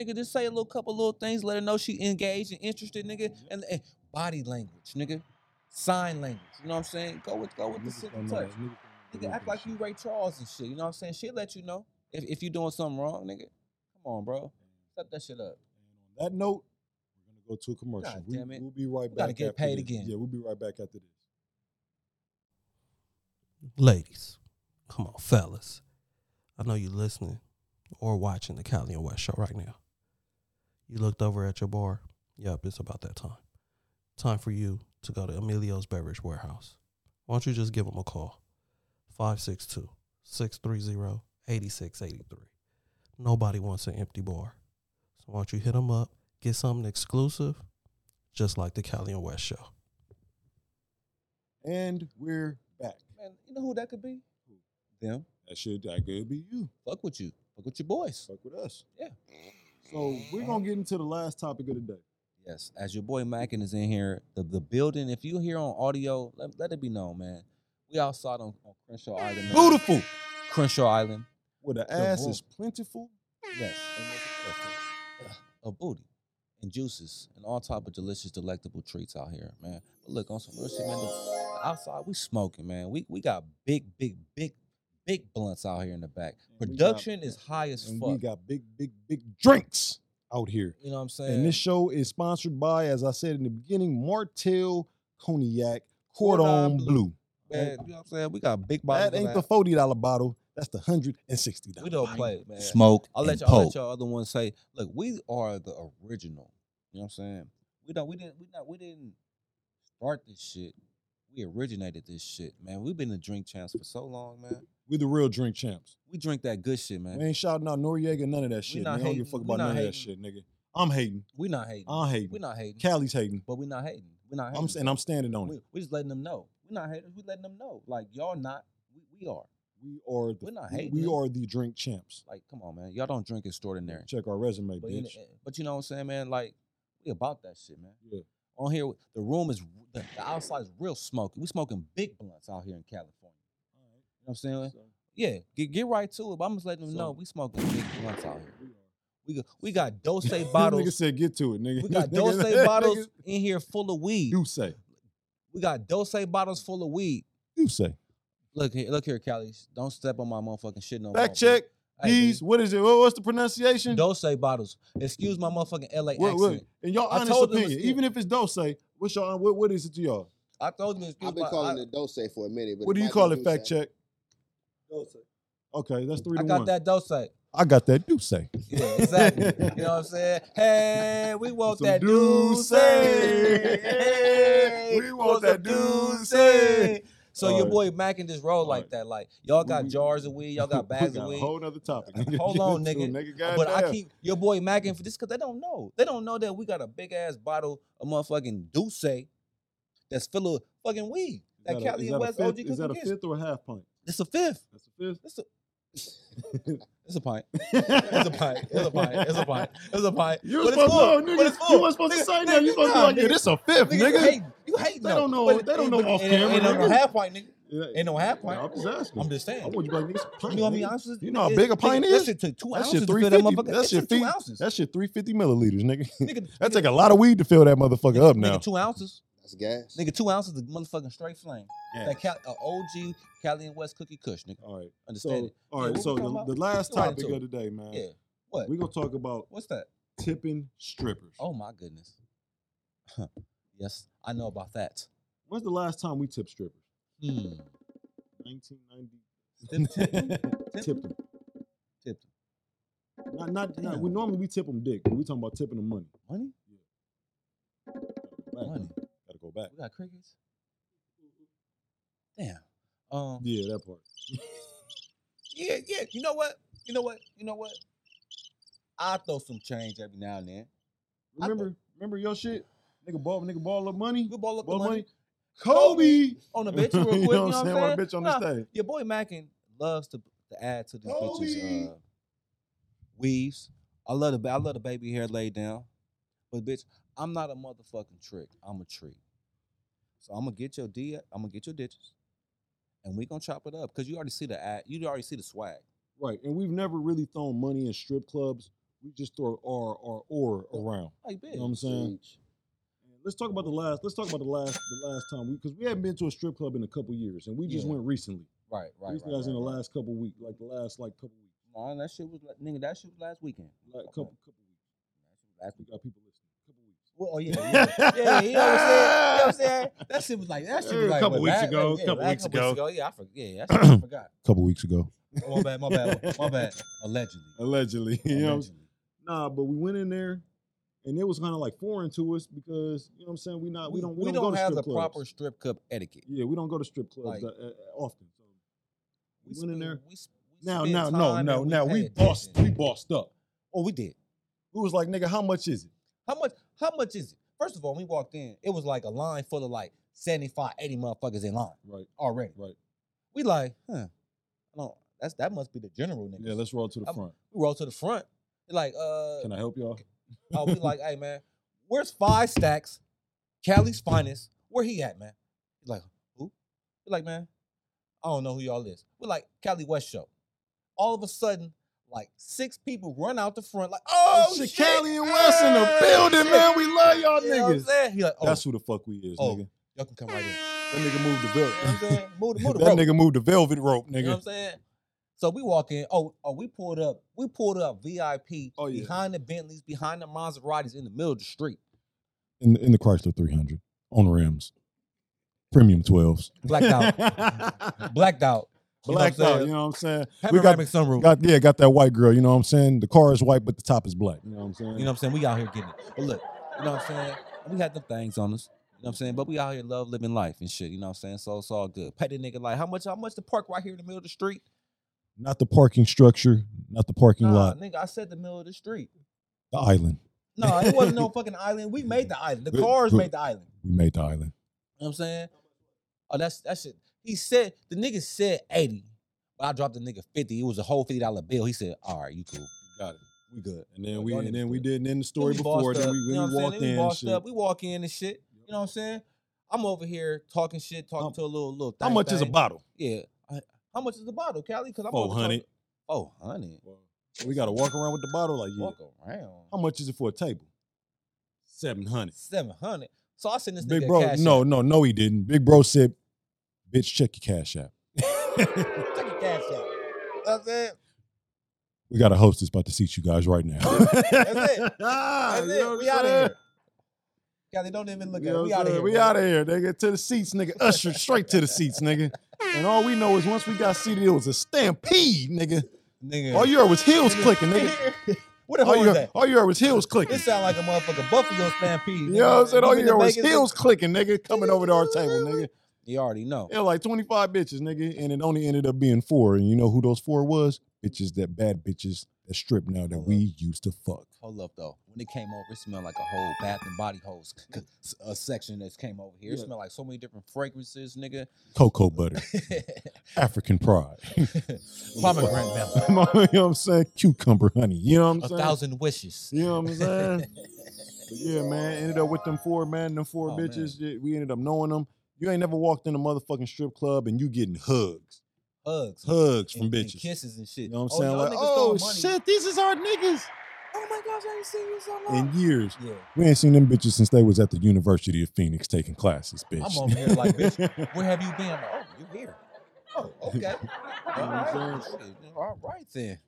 Speaker 1: Nigga, just say a little couple little things, let her know she engaged and interested, nigga.
Speaker 3: Mm-hmm.
Speaker 1: And, and body language, nigga. Sign language. You know what I'm saying? Go with go with the
Speaker 3: Niggas
Speaker 1: sit
Speaker 3: don't
Speaker 1: and
Speaker 3: know
Speaker 1: touch.
Speaker 3: that. Niggas don't know
Speaker 1: Nigga, act
Speaker 3: that
Speaker 1: like
Speaker 3: shit.
Speaker 1: you Ray Charles and shit. You know what I'm saying? She'll let you know if, if you doing something wrong, nigga. Come on, bro. Step that shit up.
Speaker 3: On that note, we're gonna go to a commercial.
Speaker 1: God
Speaker 3: we,
Speaker 1: damn it.
Speaker 3: will be right
Speaker 1: We
Speaker 3: back.
Speaker 1: gotta get
Speaker 3: after
Speaker 1: paid
Speaker 3: this.
Speaker 1: again.
Speaker 3: Yeah, we'll be right back after this.
Speaker 4: Ladies, come on, fellas. I know you listening or watching the Cali and West show right now. You looked over at your bar. Yep, it's about that time. Time for you to go to Emilio's Beverage Warehouse, why don't you just give them a call? 562 630 8683. Nobody wants an empty bar. So why don't you hit them up, get something exclusive, just like the Cali and West show.
Speaker 3: And we're back.
Speaker 1: Man, you know who that could be? Them.
Speaker 3: That should that could be you.
Speaker 1: Fuck with you. Fuck with your boys.
Speaker 3: Fuck with us.
Speaker 1: Yeah.
Speaker 3: So we're gonna get into the last topic of the day.
Speaker 1: Yes, as your boy Mackin is in here, the, the building. If you here on audio, let, let it be known, man. We outside on, on Crenshaw Island. man.
Speaker 3: Beautiful.
Speaker 1: Crenshaw Island.
Speaker 3: Where the ass is plentiful.
Speaker 1: Yes. and there's a plethora Of booty and juices and all type of delicious, delectable treats out here, man. But look, on some real shit, man. the- Outside, we smoking, man. We we got big, big, big, big blunts out here in the back.
Speaker 3: And we got-
Speaker 1: Production is high as
Speaker 3: And we
Speaker 1: fuck.
Speaker 3: got big, big, big drinks out here.
Speaker 1: you know what I'm saying?
Speaker 3: And this show is sponsored by, as I said in the beginning, Martell Cognac Cordon
Speaker 1: Cordon
Speaker 3: Bleu.
Speaker 1: Bleu. man, you know what I'm saying? We got big bottles.
Speaker 3: That ain't the
Speaker 1: of
Speaker 3: forty dollar bottle. That's the hundred and sixty
Speaker 1: that.
Speaker 3: dollar.
Speaker 1: We don't play, man.
Speaker 2: Smoke.
Speaker 1: I'll let
Speaker 2: and
Speaker 1: y'all I'll let
Speaker 2: poke.
Speaker 1: y'all other ones say, look, we are the original. You know what I'm saying? We don't we didn't we not we didn't start this shit. We originated this shit, man. We've been the drink champs for so long, man.
Speaker 3: We the real drink champs.
Speaker 1: We drink that good shit, man.
Speaker 3: We ain't shouting out Noriega, none of that shit.
Speaker 1: not
Speaker 3: man. I don't give a
Speaker 1: hating.
Speaker 3: fuck
Speaker 1: We
Speaker 3: about
Speaker 1: not
Speaker 3: none of that
Speaker 1: hating.
Speaker 3: shit, nigga. I'm hating.
Speaker 1: We not hating.
Speaker 3: I'm hating.
Speaker 1: we not hating.
Speaker 3: Callie's hating.
Speaker 1: but we not hating. We not hating.
Speaker 3: I'm s- and I'm standing on
Speaker 1: we,
Speaker 3: it.
Speaker 1: we just letting them know. We not haters. We letting them know. Like y'all not. We, we are.
Speaker 3: We are the
Speaker 1: We're not
Speaker 3: we-
Speaker 1: hating.
Speaker 3: we are the drink champs.
Speaker 1: Like come on, man. Y'all don't drink extraordinary.
Speaker 3: Check our resume,
Speaker 1: But you,
Speaker 3: bitch.
Speaker 1: know, but you know what I'm saying, man. Like we about that shit, man.
Speaker 3: Yeah.
Speaker 1: On here, the room is the, the outside is real smoky. We smoking big blunts out here in California. You know what I'm saying? yeah, get get right to it. But I'm just letting them know
Speaker 3: So-
Speaker 1: we smoking big blunts out here.
Speaker 3: We are.
Speaker 1: We got we
Speaker 3: (laughs)
Speaker 1: got Dose
Speaker 3: nigga
Speaker 1: bottles.
Speaker 3: said, "Get to it, nigga."
Speaker 1: We
Speaker 3: (laughs)
Speaker 1: got
Speaker 3: Nigga-
Speaker 1: Dose
Speaker 3: nigga-
Speaker 1: bottles in here full of weed.
Speaker 3: You say,
Speaker 1: We got Dose bottles full of weed.
Speaker 3: you say.
Speaker 1: Look here, look here, Callie. Don't step on my motherfucking shit no more.
Speaker 3: Back
Speaker 1: bro.
Speaker 3: check.
Speaker 1: Oh, Hey,
Speaker 3: These,
Speaker 1: B,
Speaker 3: what is it? What, what's the pronunciation?
Speaker 1: Dose bottles. Excuse my motherfucking LA
Speaker 3: What-
Speaker 1: accent.
Speaker 3: what- In your
Speaker 1: I
Speaker 3: honest
Speaker 1: told them
Speaker 3: opinion,
Speaker 1: it's-
Speaker 3: even if it's Dose, what's your what, what is it to y'all?
Speaker 1: I told you. excuse
Speaker 2: I've been
Speaker 1: my-
Speaker 2: calling
Speaker 1: I,
Speaker 2: it dose for a minute. But
Speaker 3: What do you
Speaker 2: might be
Speaker 3: call it?
Speaker 2: Deuce.
Speaker 3: Fact check. Okay, that's three
Speaker 1: I
Speaker 3: to
Speaker 1: got
Speaker 3: one.
Speaker 1: that Dose.
Speaker 3: I got that Deuce.
Speaker 1: Yeah, exactly. you know what I'm saying? Hey, we want
Speaker 3: Some
Speaker 1: that
Speaker 3: Douce.
Speaker 1: Dose. Hey,
Speaker 3: We want that
Speaker 1: some
Speaker 3: Douce.
Speaker 1: So
Speaker 3: All
Speaker 1: your
Speaker 3: right.
Speaker 1: boy Mac can just roll like
Speaker 3: right.
Speaker 1: that. Like y'all
Speaker 3: We-
Speaker 1: got
Speaker 3: we-
Speaker 1: jars of weed, y'all
Speaker 3: (laughs)
Speaker 1: got
Speaker 3: We
Speaker 1: bags
Speaker 3: got
Speaker 1: of
Speaker 3: a
Speaker 1: weed.
Speaker 3: whole nother topic.
Speaker 1: (laughs) Hold on, nigga. but I
Speaker 3: goddamn.
Speaker 1: keep your boy Mac in for this because they don't know. They don't know that we got a big ass bottle of motherfucking Douce that's full of fucking weed. That
Speaker 3: Is
Speaker 1: Cali
Speaker 3: is
Speaker 1: and
Speaker 3: that a
Speaker 1: West
Speaker 3: fifth-
Speaker 1: OG
Speaker 3: Is that
Speaker 1: cooking
Speaker 3: a
Speaker 1: kids.
Speaker 3: fifth or a half pint?
Speaker 1: It's a fifth.
Speaker 3: That's a fifth.
Speaker 1: It's a pint.
Speaker 3: (laughs)
Speaker 1: It's a pint. It's a pint. It's a pint. It's a pint.
Speaker 3: You
Speaker 1: but
Speaker 3: was
Speaker 1: it's
Speaker 3: supposed
Speaker 1: full.
Speaker 3: to know,
Speaker 1: But it's
Speaker 3: nigga.
Speaker 1: full.
Speaker 3: You was supposed to
Speaker 1: Nigga,
Speaker 3: say nothing. You
Speaker 1: nigga,
Speaker 3: supposed to be
Speaker 1: nah,
Speaker 3: like, yeah, this a fifth,
Speaker 1: Nigga, you
Speaker 3: nigga.
Speaker 1: hate. You hate
Speaker 3: They
Speaker 1: now.
Speaker 3: don't know-
Speaker 1: But it-
Speaker 3: they don't know
Speaker 1: but
Speaker 3: off
Speaker 1: it ain't-
Speaker 3: camera,
Speaker 1: Ain't no
Speaker 3: nigga.
Speaker 1: half pint, nigga.
Speaker 3: Yeah.
Speaker 1: Ain't no half pint.
Speaker 3: I'm just asking.
Speaker 1: I'm just saying.
Speaker 3: I want you to be like, nigga, it's a
Speaker 1: You
Speaker 3: pint,
Speaker 1: know how many
Speaker 3: nigga.
Speaker 1: ounces?
Speaker 3: You know how
Speaker 1: it-
Speaker 3: big a
Speaker 1: nigga,
Speaker 3: pint
Speaker 1: That
Speaker 3: is?
Speaker 1: shit took two
Speaker 3: That
Speaker 1: ounces
Speaker 3: shit
Speaker 1: to fill that
Speaker 3: 350.
Speaker 1: motherfucker.
Speaker 3: That
Speaker 1: It
Speaker 3: shit
Speaker 1: took two
Speaker 3: three-
Speaker 1: ounces.
Speaker 3: That shit 350
Speaker 1: (laughs)
Speaker 3: milliliters, nigga.
Speaker 1: Nigga,
Speaker 3: That
Speaker 1: nigga,
Speaker 3: take a lot of weed to fill that motherfucker
Speaker 1: nigga,
Speaker 3: up now.
Speaker 1: Nigga, two ounces.
Speaker 2: That's gas.
Speaker 1: Nigga, two ounces of motherfucking straight flame.
Speaker 3: Yeah.
Speaker 1: That Cal- uh, OG Cali and West cookie kush, nigga.
Speaker 3: All right.
Speaker 1: Understand
Speaker 3: So, all right.
Speaker 1: what
Speaker 3: So
Speaker 1: we talking
Speaker 3: the, the
Speaker 1: about?
Speaker 3: last
Speaker 1: Go ahead,
Speaker 3: topic
Speaker 1: too.
Speaker 3: of the day, man.
Speaker 1: it? Yeah. What?
Speaker 3: We're gonna talk about
Speaker 1: What's that?
Speaker 3: tipping strippers.
Speaker 1: Oh my goodness. yes, I know about that.
Speaker 3: When's the last time we tipped strippers?
Speaker 1: Hmm.
Speaker 3: (laughs) 1990. Tipped them.
Speaker 1: Tipped
Speaker 3: Not, not, not.
Speaker 1: Damn.
Speaker 3: We normally we tip them dick. But we talking about tipping them money.
Speaker 1: Money?
Speaker 3: Back,
Speaker 1: Money.
Speaker 3: Gotta go back.
Speaker 1: We got crickets? Damn. Um,
Speaker 3: Yeah, that part.
Speaker 1: yeah, yeah. You know what? You know what? You know what? I throw some change every now and then. I
Speaker 3: Remember, remember your shit. Nigga ball, nigga ball up money.
Speaker 1: We ball up
Speaker 3: Ball
Speaker 1: the
Speaker 3: money.
Speaker 1: money
Speaker 3: Kobe.
Speaker 1: on
Speaker 3: (laughs)
Speaker 1: the bitch real quick. you know what I'm saying?
Speaker 3: Why the bitch on
Speaker 1: Nah,
Speaker 3: the stage?
Speaker 1: Your boy Mackin loves to, to add to these bitches'
Speaker 3: Kobe.
Speaker 1: uh, weaves. I love the ba- I love the baby hair laid down, but bitch, I'm not a motherfucking trick. I'm a treat. So I'm gonna get your D. I'm gonna get your ditches, and we gonna chop it up because you already see the ad. You already see the swag.
Speaker 3: Right, and we've never really thrown money in strip clubs. We just throw our our or around.
Speaker 1: Like bitch,
Speaker 3: You know what I'm saying? Let's talk about the last. Let's talk about the last the last time we because we haven't been to a strip club in a couple years, and we just
Speaker 1: Yeah.
Speaker 3: went recently.
Speaker 1: right, right,
Speaker 3: Right,
Speaker 1: right.
Speaker 3: Recently, as in the
Speaker 1: right, right.
Speaker 3: last couple weeks, like the last like couple weeks,
Speaker 1: Nah, that shit was like- nigga. That shit was last weekend.
Speaker 3: like couple couple weeks.
Speaker 1: That shit was last weekend.
Speaker 3: We got people listening.
Speaker 1: Well, oh yeah, yeah, yeah,
Speaker 3: (laughs)
Speaker 1: you know what I'm saying. You know what I'm saying? That shit was like that shit
Speaker 3: Yeah,
Speaker 1: was
Speaker 3: a
Speaker 1: like
Speaker 3: couple
Speaker 1: what,
Speaker 3: weeks
Speaker 1: last-
Speaker 3: ago,
Speaker 1: yeah,
Speaker 3: couple
Speaker 1: last
Speaker 3: weeks ago.
Speaker 1: Yeah, I forgot. Yeah,
Speaker 3: (clears throat)
Speaker 1: that shit I forgot.
Speaker 3: Couple weeks ago,
Speaker 1: Oh, my bad,
Speaker 3: (laughs)
Speaker 1: my bad, my bad. Allegedly.
Speaker 3: allegedly. (laughs) You know,
Speaker 1: Allegedly.
Speaker 3: nah, but we went in there, and it was kind of like foreign to us because you know what I'm saying we not we don't we,
Speaker 1: don't,
Speaker 3: don't, go
Speaker 1: have
Speaker 3: to
Speaker 1: the
Speaker 3: strip clubs.
Speaker 1: proper strip club etiquette.
Speaker 3: yeah we don't go to strip clubs
Speaker 1: Like-
Speaker 3: that, uh, uh, often. So we went in
Speaker 1: spend-
Speaker 3: there.
Speaker 1: we s- we
Speaker 3: Now,
Speaker 1: spend
Speaker 3: now, no,
Speaker 1: time
Speaker 3: no,
Speaker 1: and
Speaker 3: now
Speaker 1: pay
Speaker 3: we bossed, we
Speaker 1: attention.
Speaker 3: bossed up.
Speaker 1: Oh, we did.
Speaker 3: We was like, nigga, how much is it?
Speaker 1: How much? How much is it? First of all, when we walked in, it was like a line full of like 75, 80 motherfuckers in line
Speaker 3: Right,
Speaker 1: already.
Speaker 3: right.
Speaker 1: We like, huh? No, that's that must be the general niggas.
Speaker 3: Yeah, let's roll to the
Speaker 1: I'm-
Speaker 3: front.
Speaker 1: we roll to the front. Like, uh,
Speaker 3: Can I help y'all?
Speaker 1: Oh,
Speaker 3: (laughs)
Speaker 1: we like, hey man, where's five stacks? Cali's finest. Where he at, man? He's like, who? He's like, man, I don't know who y'all is. We're like Cali West Show. All of a sudden, like six people run out the front, like, oh shit,
Speaker 3: Cali and West in the building, man. We love y'all
Speaker 1: you know what I'm
Speaker 3: niggas.
Speaker 1: saying? He like, oh,
Speaker 3: That's who the fuck we is,
Speaker 1: Oh.
Speaker 3: nigga.
Speaker 1: y'all can come right in. You
Speaker 3: That nigga moved the
Speaker 1: know
Speaker 3: (laughs)
Speaker 1: what I'm
Speaker 3: velvet.
Speaker 1: saying? Move, the- move the
Speaker 3: that
Speaker 1: rope.
Speaker 3: nigga moved the velvet rope,
Speaker 1: You know what
Speaker 3: nigga.
Speaker 1: I'm saying? So we walk in. Oh, oh, we pulled up. We pulled up VIP
Speaker 3: Oh, yeah.
Speaker 1: behind the Bentleys, behind the Maseratis in the middle of the
Speaker 3: (laughs)
Speaker 1: street.
Speaker 3: In the, in the Chrysler 300 on rims, premium 12s.
Speaker 1: (laughs) Blacked out.
Speaker 3: (laughs)
Speaker 1: Blacked out. You know what I'm
Speaker 3: Blacked out. You
Speaker 1: saying?
Speaker 3: know what I'm saying? We got-
Speaker 1: Panoramic sunroof.
Speaker 3: Got yeah, got that white girl. You know what I'm saying? The car is white, but the top is black. You know what I'm saying?
Speaker 1: You know what I'm saying? We out here getting it. But look, you know what I'm saying? We had them things on us. You know what I'm saying? But we out here love living life and shit. You know what I'm saying? So it's all good. Pay the nigga like how much how much the park right here in the middle of the street?
Speaker 3: not the parking structure, not the parking
Speaker 1: Nah,
Speaker 3: lot,
Speaker 1: nigga, I said the middle of the street.
Speaker 3: the island.
Speaker 1: No, it wasn't
Speaker 3: (laughs)
Speaker 1: no fucking island. We made the island. The cars made the island.
Speaker 3: We made the island.
Speaker 1: You know what I'm saying? Oh, that's that shit. He said the nigga said 80. But I dropped the nigga 50. It was a whole $50 bill. He said, all right, you cool.
Speaker 3: Got it. We good. And
Speaker 1: Yeah,
Speaker 3: then we
Speaker 1: y'all
Speaker 3: and
Speaker 1: niggas
Speaker 3: then we
Speaker 1: good.
Speaker 3: did and then the story
Speaker 1: we
Speaker 3: before.
Speaker 1: bossed
Speaker 3: Then
Speaker 1: up,
Speaker 3: we,
Speaker 1: you know what
Speaker 3: we
Speaker 1: I'm saying?
Speaker 3: walked
Speaker 1: Then we
Speaker 3: in. and
Speaker 1: bossed
Speaker 3: shit.
Speaker 1: up. We walk in and shit. You know what I'm saying? I'm over here talking shit, talking
Speaker 3: Um,
Speaker 1: to a little little.
Speaker 3: How
Speaker 1: thang
Speaker 3: much is a
Speaker 1: thang.
Speaker 3: bottle?
Speaker 1: Yeah. I- How much is the bottle, Cali? Because I'm
Speaker 3: Four
Speaker 1: over
Speaker 3: hundred.
Speaker 1: Oh, honey.
Speaker 3: We gotta walk around with the bottle like yeah.
Speaker 1: Walk around.
Speaker 3: How much is it for a table? Seven hundred.
Speaker 1: Seven hundred. So I send this nigga
Speaker 3: Big
Speaker 1: a
Speaker 3: bro,
Speaker 1: cash
Speaker 3: no,
Speaker 1: app.
Speaker 3: no, no, he didn't. Big bro said, "Bitch, check your cash app."
Speaker 1: Take a cash out. That's it.
Speaker 3: We got a hostess about to seat you guys right now. (laughs)
Speaker 1: That's it. That's it. We out of here. Cali, don't even look at it. We out of here.
Speaker 3: We
Speaker 1: bro.
Speaker 3: out of here, nigga. To the seats, nigga. Usher straight to the seats, nigga. And all we know is once we got seated, it was a stampede, nigga.
Speaker 1: Nigga.
Speaker 3: All you heard was heels
Speaker 1: (laughs)
Speaker 3: clicking, nigga.
Speaker 1: what the
Speaker 3: All
Speaker 1: hell
Speaker 3: you
Speaker 1: is
Speaker 3: heard,
Speaker 1: that?
Speaker 3: all you heard was heels clicking.
Speaker 1: It sound like a motherfucking Buffalo stampede.
Speaker 3: You
Speaker 1: nigga.
Speaker 3: know what I'm saying? All
Speaker 1: Give
Speaker 3: you
Speaker 1: me the
Speaker 3: heard was
Speaker 1: bacon,
Speaker 3: heels clicking, nigga, coming over to our table, nigga.
Speaker 1: You already know.
Speaker 3: It was like 25 bitches, nigga, and it only ended up being four. And you know who those four was? Bitches that bad bitches that strip now that
Speaker 1: Uh-huh.
Speaker 3: we used to fuck.
Speaker 1: Hold up though. When it came over, it smelled like a whole Bath and Body Hose (laughs) c- c- s- uh, section that came over here. It
Speaker 3: Yeah.
Speaker 1: smelled like so many different fragrances, nigga.
Speaker 3: Cocoa butter, African pride.
Speaker 1: (laughs)
Speaker 3: (laughs)
Speaker 1: Pomegranate melon,
Speaker 3: you know what I'm saying? Cucumber honey. You know what
Speaker 1: a
Speaker 3: I'm saying?
Speaker 1: thousand wishes.
Speaker 3: You know what I'm saying?
Speaker 1: (laughs)
Speaker 3: But yeah, man. Ended up with them four, man. Them four
Speaker 1: Oh,
Speaker 3: bitches. yeah, We ended up knowing them. You ain't never walked in a motherfucking strip club and you getting hugs,
Speaker 1: Hugs,
Speaker 3: hugs from
Speaker 1: and- and
Speaker 3: bitches.
Speaker 1: kisses and shit.
Speaker 3: You know what I'm saying?
Speaker 1: y'all
Speaker 3: like,
Speaker 1: niggas
Speaker 3: oh
Speaker 1: throwing money.
Speaker 3: shit, these is our niggas.
Speaker 1: Oh my gosh, I ain't seen you so long.
Speaker 3: In years,
Speaker 1: yeah,
Speaker 3: we ain't seen them bitches since they was at the University of Phoenix taking classes, bitch. (laughs)
Speaker 1: I'm over here (laughs) like, bitch, where have you been? I'm like, oh, you here? Oh, okay. All
Speaker 3: I'm
Speaker 1: right. Okay, All right then.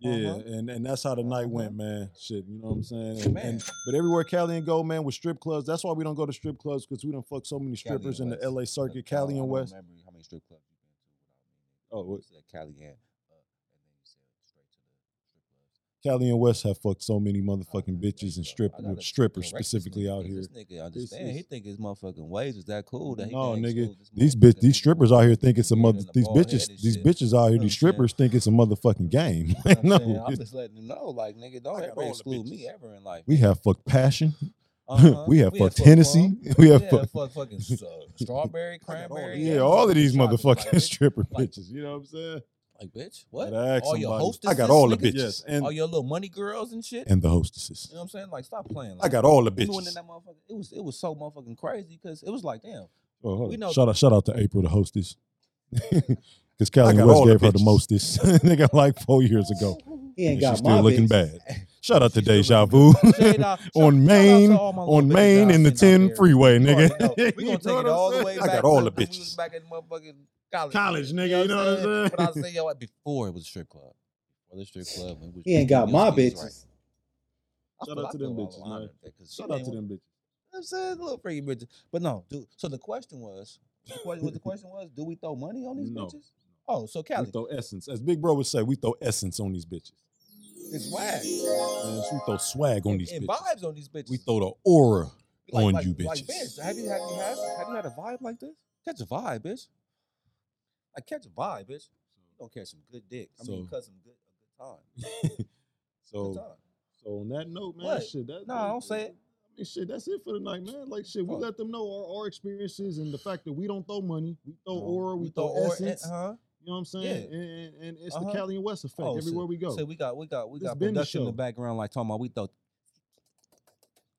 Speaker 3: Yeah,
Speaker 1: Uh-huh.
Speaker 3: and, and that's how the night went, man. Shit, you know what I'm saying? And,
Speaker 1: Man.
Speaker 3: and- but everywhere Cali and go, man, with strip clubs. That's why we don't go to strip clubs because we done fuck so
Speaker 1: Cali
Speaker 3: many
Speaker 1: and
Speaker 3: strippers in the
Speaker 1: West.
Speaker 3: LA circuit, Cali
Speaker 1: I
Speaker 3: and
Speaker 1: don't
Speaker 3: West.
Speaker 1: remember how many strip clubs you've been to without me.
Speaker 3: Oh, what-
Speaker 1: You said Cali and, uh, and then you said straight to the strip clubs.
Speaker 3: Cali and West have fucked so many
Speaker 1: Okay,
Speaker 3: motherfucking
Speaker 1: there
Speaker 3: bitches
Speaker 1: you
Speaker 3: and
Speaker 1: go.
Speaker 3: strip
Speaker 1: I gotta
Speaker 3: strippers
Speaker 1: correct this
Speaker 3: specifically
Speaker 1: nigga,
Speaker 3: out
Speaker 1: 'cause
Speaker 3: here.
Speaker 1: This nigga understand. he
Speaker 3: is-
Speaker 1: think his motherfucking waves is that cool that he
Speaker 3: No,
Speaker 1: can't
Speaker 3: nigga.
Speaker 1: exclude this
Speaker 3: These
Speaker 1: motherfucker
Speaker 3: bitch, these
Speaker 1: from
Speaker 3: strippers out here think it's a
Speaker 1: being
Speaker 3: mother.
Speaker 1: in the
Speaker 3: These
Speaker 1: bald head
Speaker 3: bitches,
Speaker 1: and
Speaker 3: these
Speaker 1: shit.
Speaker 3: bitches out
Speaker 1: You know
Speaker 3: here, these
Speaker 1: what I'm saying?
Speaker 3: strippers (laughs) think it's a motherfucking game. (laughs)
Speaker 1: You know what I'm, saying?
Speaker 3: no,
Speaker 1: I'm
Speaker 3: it's-
Speaker 1: just letting him know, like, nigga, don't
Speaker 3: got
Speaker 1: ever
Speaker 3: all the
Speaker 1: exclude me
Speaker 3: bitches.
Speaker 1: ever in life.
Speaker 3: we (laughs) have fucked passion. (laughs)
Speaker 1: Uh-huh.
Speaker 3: we have
Speaker 1: We
Speaker 3: fucked
Speaker 1: fuck
Speaker 3: Hennessy.
Speaker 1: rum.
Speaker 3: (laughs) We
Speaker 1: We
Speaker 3: have
Speaker 1: had
Speaker 3: fucked.
Speaker 1: fuck
Speaker 3: (laughs)
Speaker 1: fucking uh, strawberry, cranberry.
Speaker 3: Yeah, all of these
Speaker 1: shots. It's like,
Speaker 3: motherfucking
Speaker 1: bitch-
Speaker 3: stripper
Speaker 1: like-
Speaker 3: bitches. You know what I'm saying?
Speaker 1: Like, bitch, what?
Speaker 3: Gotta ask
Speaker 1: All your
Speaker 3: somebody.
Speaker 1: hostesses,
Speaker 3: I got all the
Speaker 1: nigga?
Speaker 3: bitches
Speaker 1: Yes.
Speaker 3: and
Speaker 1: All your little money girls and shit.
Speaker 3: and the hostesses.
Speaker 1: You know what I'm saying? Like, stop playing.
Speaker 3: I
Speaker 1: Like,
Speaker 3: got all the
Speaker 1: we went in
Speaker 3: bitches.
Speaker 1: that motherfucker. It was it was so motherfucking crazy because it was like, damn,
Speaker 3: Oh, hold
Speaker 1: we
Speaker 3: on.
Speaker 1: know-
Speaker 3: Shout out, shout out to April, the hostess. (laughs) Because Cali
Speaker 5: got
Speaker 3: West
Speaker 5: all the
Speaker 3: gave her the
Speaker 5: bitches.
Speaker 3: mostest. (laughs) nigga, like four years ago.
Speaker 2: He ain't
Speaker 3: And
Speaker 2: got
Speaker 3: she's
Speaker 2: my
Speaker 3: still looking
Speaker 2: bitch.
Speaker 3: bad. Shout out to
Speaker 1: She's
Speaker 3: Deja
Speaker 1: still
Speaker 3: Vu (laughs)
Speaker 1: Shade out- shout- shout out to
Speaker 3: on Maine,
Speaker 1: all my little
Speaker 3: on
Speaker 1: bitches
Speaker 3: Maine
Speaker 1: out
Speaker 3: in the
Speaker 1: sitting out
Speaker 3: 10
Speaker 1: there.
Speaker 3: freeway, nigga.
Speaker 1: You
Speaker 3: (laughs)
Speaker 1: already know. We
Speaker 3: You
Speaker 1: gonna
Speaker 3: know
Speaker 1: take it
Speaker 3: what I'm
Speaker 1: all the
Speaker 3: saying?
Speaker 1: way
Speaker 3: I
Speaker 1: back.
Speaker 3: got all
Speaker 1: to
Speaker 3: the
Speaker 1: when we was
Speaker 3: bitches.
Speaker 1: back in motherfucking college.
Speaker 3: College, nigga. You know what I'm saying?
Speaker 1: But I say, yo, what, before it was a strip club. Before the strip club, when we was
Speaker 2: He ain't got
Speaker 1: drinking,
Speaker 2: my
Speaker 1: yo, he was right.
Speaker 2: bitches.
Speaker 1: I
Speaker 3: Shout
Speaker 1: feel-
Speaker 3: out
Speaker 1: I
Speaker 3: to them
Speaker 1: feel all
Speaker 3: bitches,
Speaker 1: honored
Speaker 3: man.
Speaker 1: there, 'cause she
Speaker 3: Shout out
Speaker 1: ain't
Speaker 3: to
Speaker 1: one-
Speaker 3: them bitches.
Speaker 1: you know what I'm saying little freaking bitches. But no, dude. So the question was, the que- what the question was, do we throw money on these
Speaker 3: No.
Speaker 1: bitches? Oh, so
Speaker 3: We
Speaker 1: Cali,
Speaker 3: throw essence. As Big Bro would say, we throw essence on these bitches.
Speaker 1: It's whack.
Speaker 3: Man, so we throw swag on
Speaker 1: And,
Speaker 3: these
Speaker 1: and
Speaker 3: bitches.
Speaker 1: vibes on these bitches.
Speaker 3: We throw the aura
Speaker 1: like,
Speaker 3: on
Speaker 1: like,
Speaker 3: you
Speaker 1: Like,
Speaker 3: bitches.
Speaker 1: bitch, have you had you had have you had a vibe like this? Catch a vibe, bitch. Like catch a vibe, bitch. You gonna catch some good dick. I mean,
Speaker 3: So-
Speaker 1: cut some good a good time. Good
Speaker 3: so,
Speaker 1: time.
Speaker 3: so on that note, man,
Speaker 1: What?
Speaker 3: shit. That,
Speaker 1: Nah, don't say it.
Speaker 3: I mean, shit, that's it for the night, man. Like, shit, we
Speaker 1: Fuck.
Speaker 3: let them know our, our experiences and the fact that we don't throw money, we throw
Speaker 1: Uh-huh.
Speaker 3: aura, we, throw,
Speaker 1: aura-
Speaker 3: essence.
Speaker 1: uh-huh.
Speaker 3: You know what I'm saying? And, and, and it's
Speaker 1: Uh-huh.
Speaker 3: the Cali and West effect
Speaker 1: Oh, so-
Speaker 3: everywhere we go.
Speaker 1: So we got we got we
Speaker 3: This
Speaker 1: got
Speaker 3: been the
Speaker 1: production in the
Speaker 3: show.
Speaker 1: background, like talking about we thought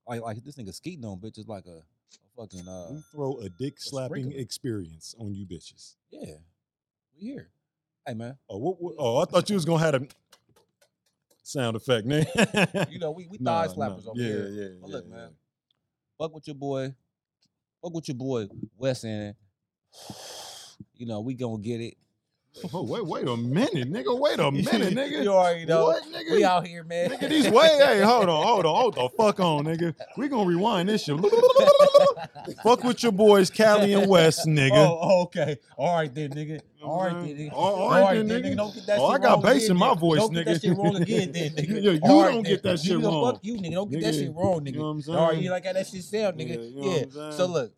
Speaker 1: like like this nigga skeeting on bitches like a, a fucking uh
Speaker 3: we throw a dick slapping
Speaker 1: regular.
Speaker 3: experience on you bitches.
Speaker 1: yeah. We here. Hey man,
Speaker 3: Oh, what, what- oh, I thought you was gonna have a sound effect, man.
Speaker 1: you know we we
Speaker 3: (laughs) Nah,
Speaker 1: thigh slappers
Speaker 3: nah.
Speaker 1: over
Speaker 3: yeah,
Speaker 1: here.
Speaker 3: Yeah, yeah,
Speaker 1: But look,
Speaker 3: yeah.
Speaker 1: man. Fuck with your boy. Fuck with your boy Wes in it. (sighs) You know, we gonna get it.
Speaker 3: Oh, wait, wait a minute, nigga.
Speaker 1: (laughs)
Speaker 3: Wait a minute, nigga.
Speaker 1: you already know.
Speaker 3: What, nigga? (laughs)
Speaker 1: We out here, man.
Speaker 3: Nigga, these way, hey, hold on, hold on, hold the fuck on, nigga. We gonna rewind this shit. (laughs) fuck with your boys, Cali and West, nigga.
Speaker 1: Oh, okay. All right then, nigga.
Speaker 3: You know
Speaker 1: All
Speaker 3: what I'm
Speaker 1: right then,
Speaker 3: saying?
Speaker 1: nigga.
Speaker 3: Oh, all right then, nigga.
Speaker 1: Don't get that
Speaker 3: Oh,
Speaker 1: shit
Speaker 3: I got
Speaker 1: wrong
Speaker 3: bass
Speaker 1: again,
Speaker 3: in my
Speaker 1: nigga.
Speaker 3: voice,
Speaker 1: Don't get
Speaker 3: nigga.
Speaker 1: that shit wrong again,
Speaker 3: (laughs)
Speaker 1: then, nigga.
Speaker 3: Yeah, you
Speaker 1: All
Speaker 3: don't get
Speaker 1: then.
Speaker 3: that shit
Speaker 1: nigga,
Speaker 3: wrong.
Speaker 1: Fuck you, nigga. Don't get that
Speaker 3: Nigga,
Speaker 1: shit wrong, nigga.
Speaker 3: you know what I'm saying?
Speaker 1: All right, you like how that shit sound, nigga.
Speaker 3: Yeah,
Speaker 1: Yeah.
Speaker 3: you know what
Speaker 1: So
Speaker 3: I'm saying?
Speaker 1: look,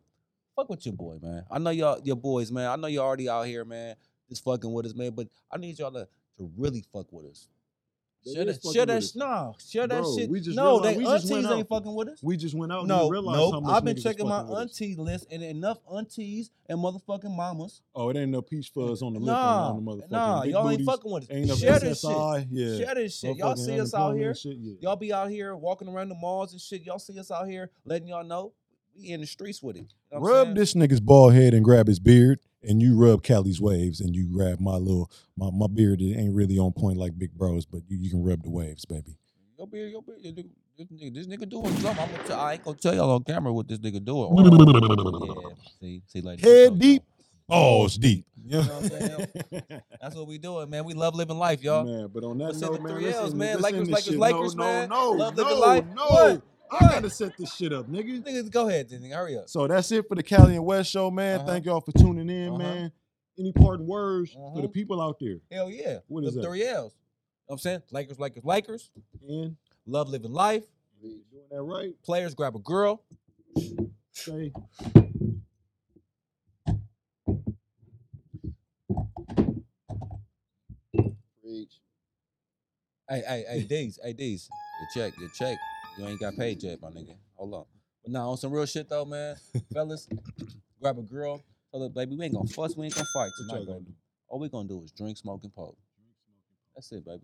Speaker 1: fuck with your boy, man. I know y'all, your boys, man. I know y'all already out here, man. Just fucking with us, man. But I need y'all to, to really fuck with us.
Speaker 3: They
Speaker 1: Share
Speaker 3: is
Speaker 1: that,
Speaker 3: fucking
Speaker 1: share
Speaker 3: with
Speaker 1: that,
Speaker 3: us.
Speaker 1: sh- nah, share that
Speaker 3: Bro,
Speaker 1: shit.
Speaker 3: we just
Speaker 1: no,
Speaker 3: realized-
Speaker 1: they
Speaker 3: we just went
Speaker 1: aunties ain't
Speaker 3: out.
Speaker 1: fucking with us.
Speaker 3: We just went out and
Speaker 1: No,
Speaker 3: we realized how
Speaker 1: nope.
Speaker 3: much
Speaker 1: I've been
Speaker 3: niggas is
Speaker 1: checking my
Speaker 3: fucking with us.
Speaker 1: auntie list, and enough aunties and motherfucking mamas.
Speaker 3: Oh, it ain't no peach fuzz on the lip
Speaker 1: Nah,
Speaker 3: on the motherfucking
Speaker 1: nah,
Speaker 3: big
Speaker 1: y'all ain't
Speaker 3: booties.
Speaker 1: fucking with us.
Speaker 3: Ain't no
Speaker 1: share this shit.
Speaker 3: SSI. Yeah.
Speaker 1: Share this shit. Y'all
Speaker 3: Motherfucking
Speaker 1: see us out
Speaker 3: unemployment
Speaker 1: here.
Speaker 3: and shit, yeah.
Speaker 1: Y'all be out here walking around the malls and shit. Y'all see us out here letting y'all know we in the streets with it. You know what I'm
Speaker 3: rub
Speaker 1: saying?
Speaker 3: this nigga's bald head and grab his beard, and you rub Callie's waves, and you grab my little my my beard. It ain't really on point like Big Bro's, but you, you can rub the waves, baby.
Speaker 1: Yo, beer, yo, beer, yo, nigga, this nigga, this nigga doing something. I'm gonna tell, I ain't gonna tell y'all on camera what this nigga doing. Oh, yeah, see, see, like
Speaker 3: Head deep, balls deep. Yeah.
Speaker 1: know what I'm (laughs)
Speaker 3: (laughs)
Speaker 1: That's what we doing, man. We love living life, y'all.
Speaker 3: Man, but on that
Speaker 1: Let's hit
Speaker 3: note,
Speaker 1: the
Speaker 3: man,
Speaker 1: three
Speaker 3: let's
Speaker 1: L's,
Speaker 3: end-
Speaker 1: man.
Speaker 3: let's
Speaker 1: Lakers,
Speaker 3: end this
Speaker 1: Lakers,
Speaker 3: shit.
Speaker 1: Lakers,
Speaker 3: no,
Speaker 1: man.
Speaker 3: No, no,
Speaker 1: Love
Speaker 3: no,
Speaker 1: living life.
Speaker 3: no.
Speaker 1: What?
Speaker 3: I
Speaker 1: What?
Speaker 3: gotta set this shit up, nigga.
Speaker 1: (laughs) Niggas, go ahead, then. nigga, Hurry up.
Speaker 3: So that's it for the Cali and West show, man.
Speaker 1: Uh-huh.
Speaker 3: Thank y'all for tuning in,
Speaker 1: Uh-huh.
Speaker 3: man. Any parting words for the
Speaker 1: Uh-huh.
Speaker 3: people out there?
Speaker 1: Hell yeah.
Speaker 3: What
Speaker 1: the
Speaker 3: is that?
Speaker 1: three L's. You know what I'm saying? Lakers, Lakers, Lakers.
Speaker 3: And
Speaker 1: Love living life.
Speaker 3: doing that right?
Speaker 1: Players grab a girl.
Speaker 3: Say
Speaker 2: Preach.
Speaker 1: Hey, hey,
Speaker 3: (laughs)
Speaker 1: hey, D's, hey, D's. Your check, your check. You ain't got paid yet, my nigga. Hold on. But now nah, on some real shit though,
Speaker 3: (laughs)
Speaker 1: man. Fellas, grab a girl. Tell her, baby, we ain't gonna fuss, we ain't gonna fight
Speaker 3: y'all
Speaker 1: tonight,
Speaker 3: gonna
Speaker 1: baby. All we gonna do is drink, smoke, and poke. That's it, baby.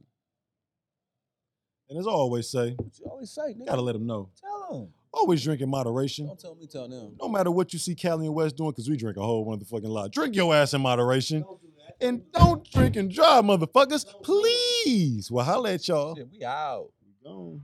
Speaker 3: and as I always say,
Speaker 1: What you always say, nigga.
Speaker 3: gotta let them know.
Speaker 1: Tell them.
Speaker 3: (laughs) Always drink in moderation.
Speaker 1: Don't tell me, tell them.
Speaker 3: No matter what you see Cali and West doing, because we drink a whole one of the fucking lot. Drink your ass in moderation. And don't drink and drive, motherfuckers. Please. Well, holla at y'all.
Speaker 1: Shit, we out.
Speaker 3: Gone.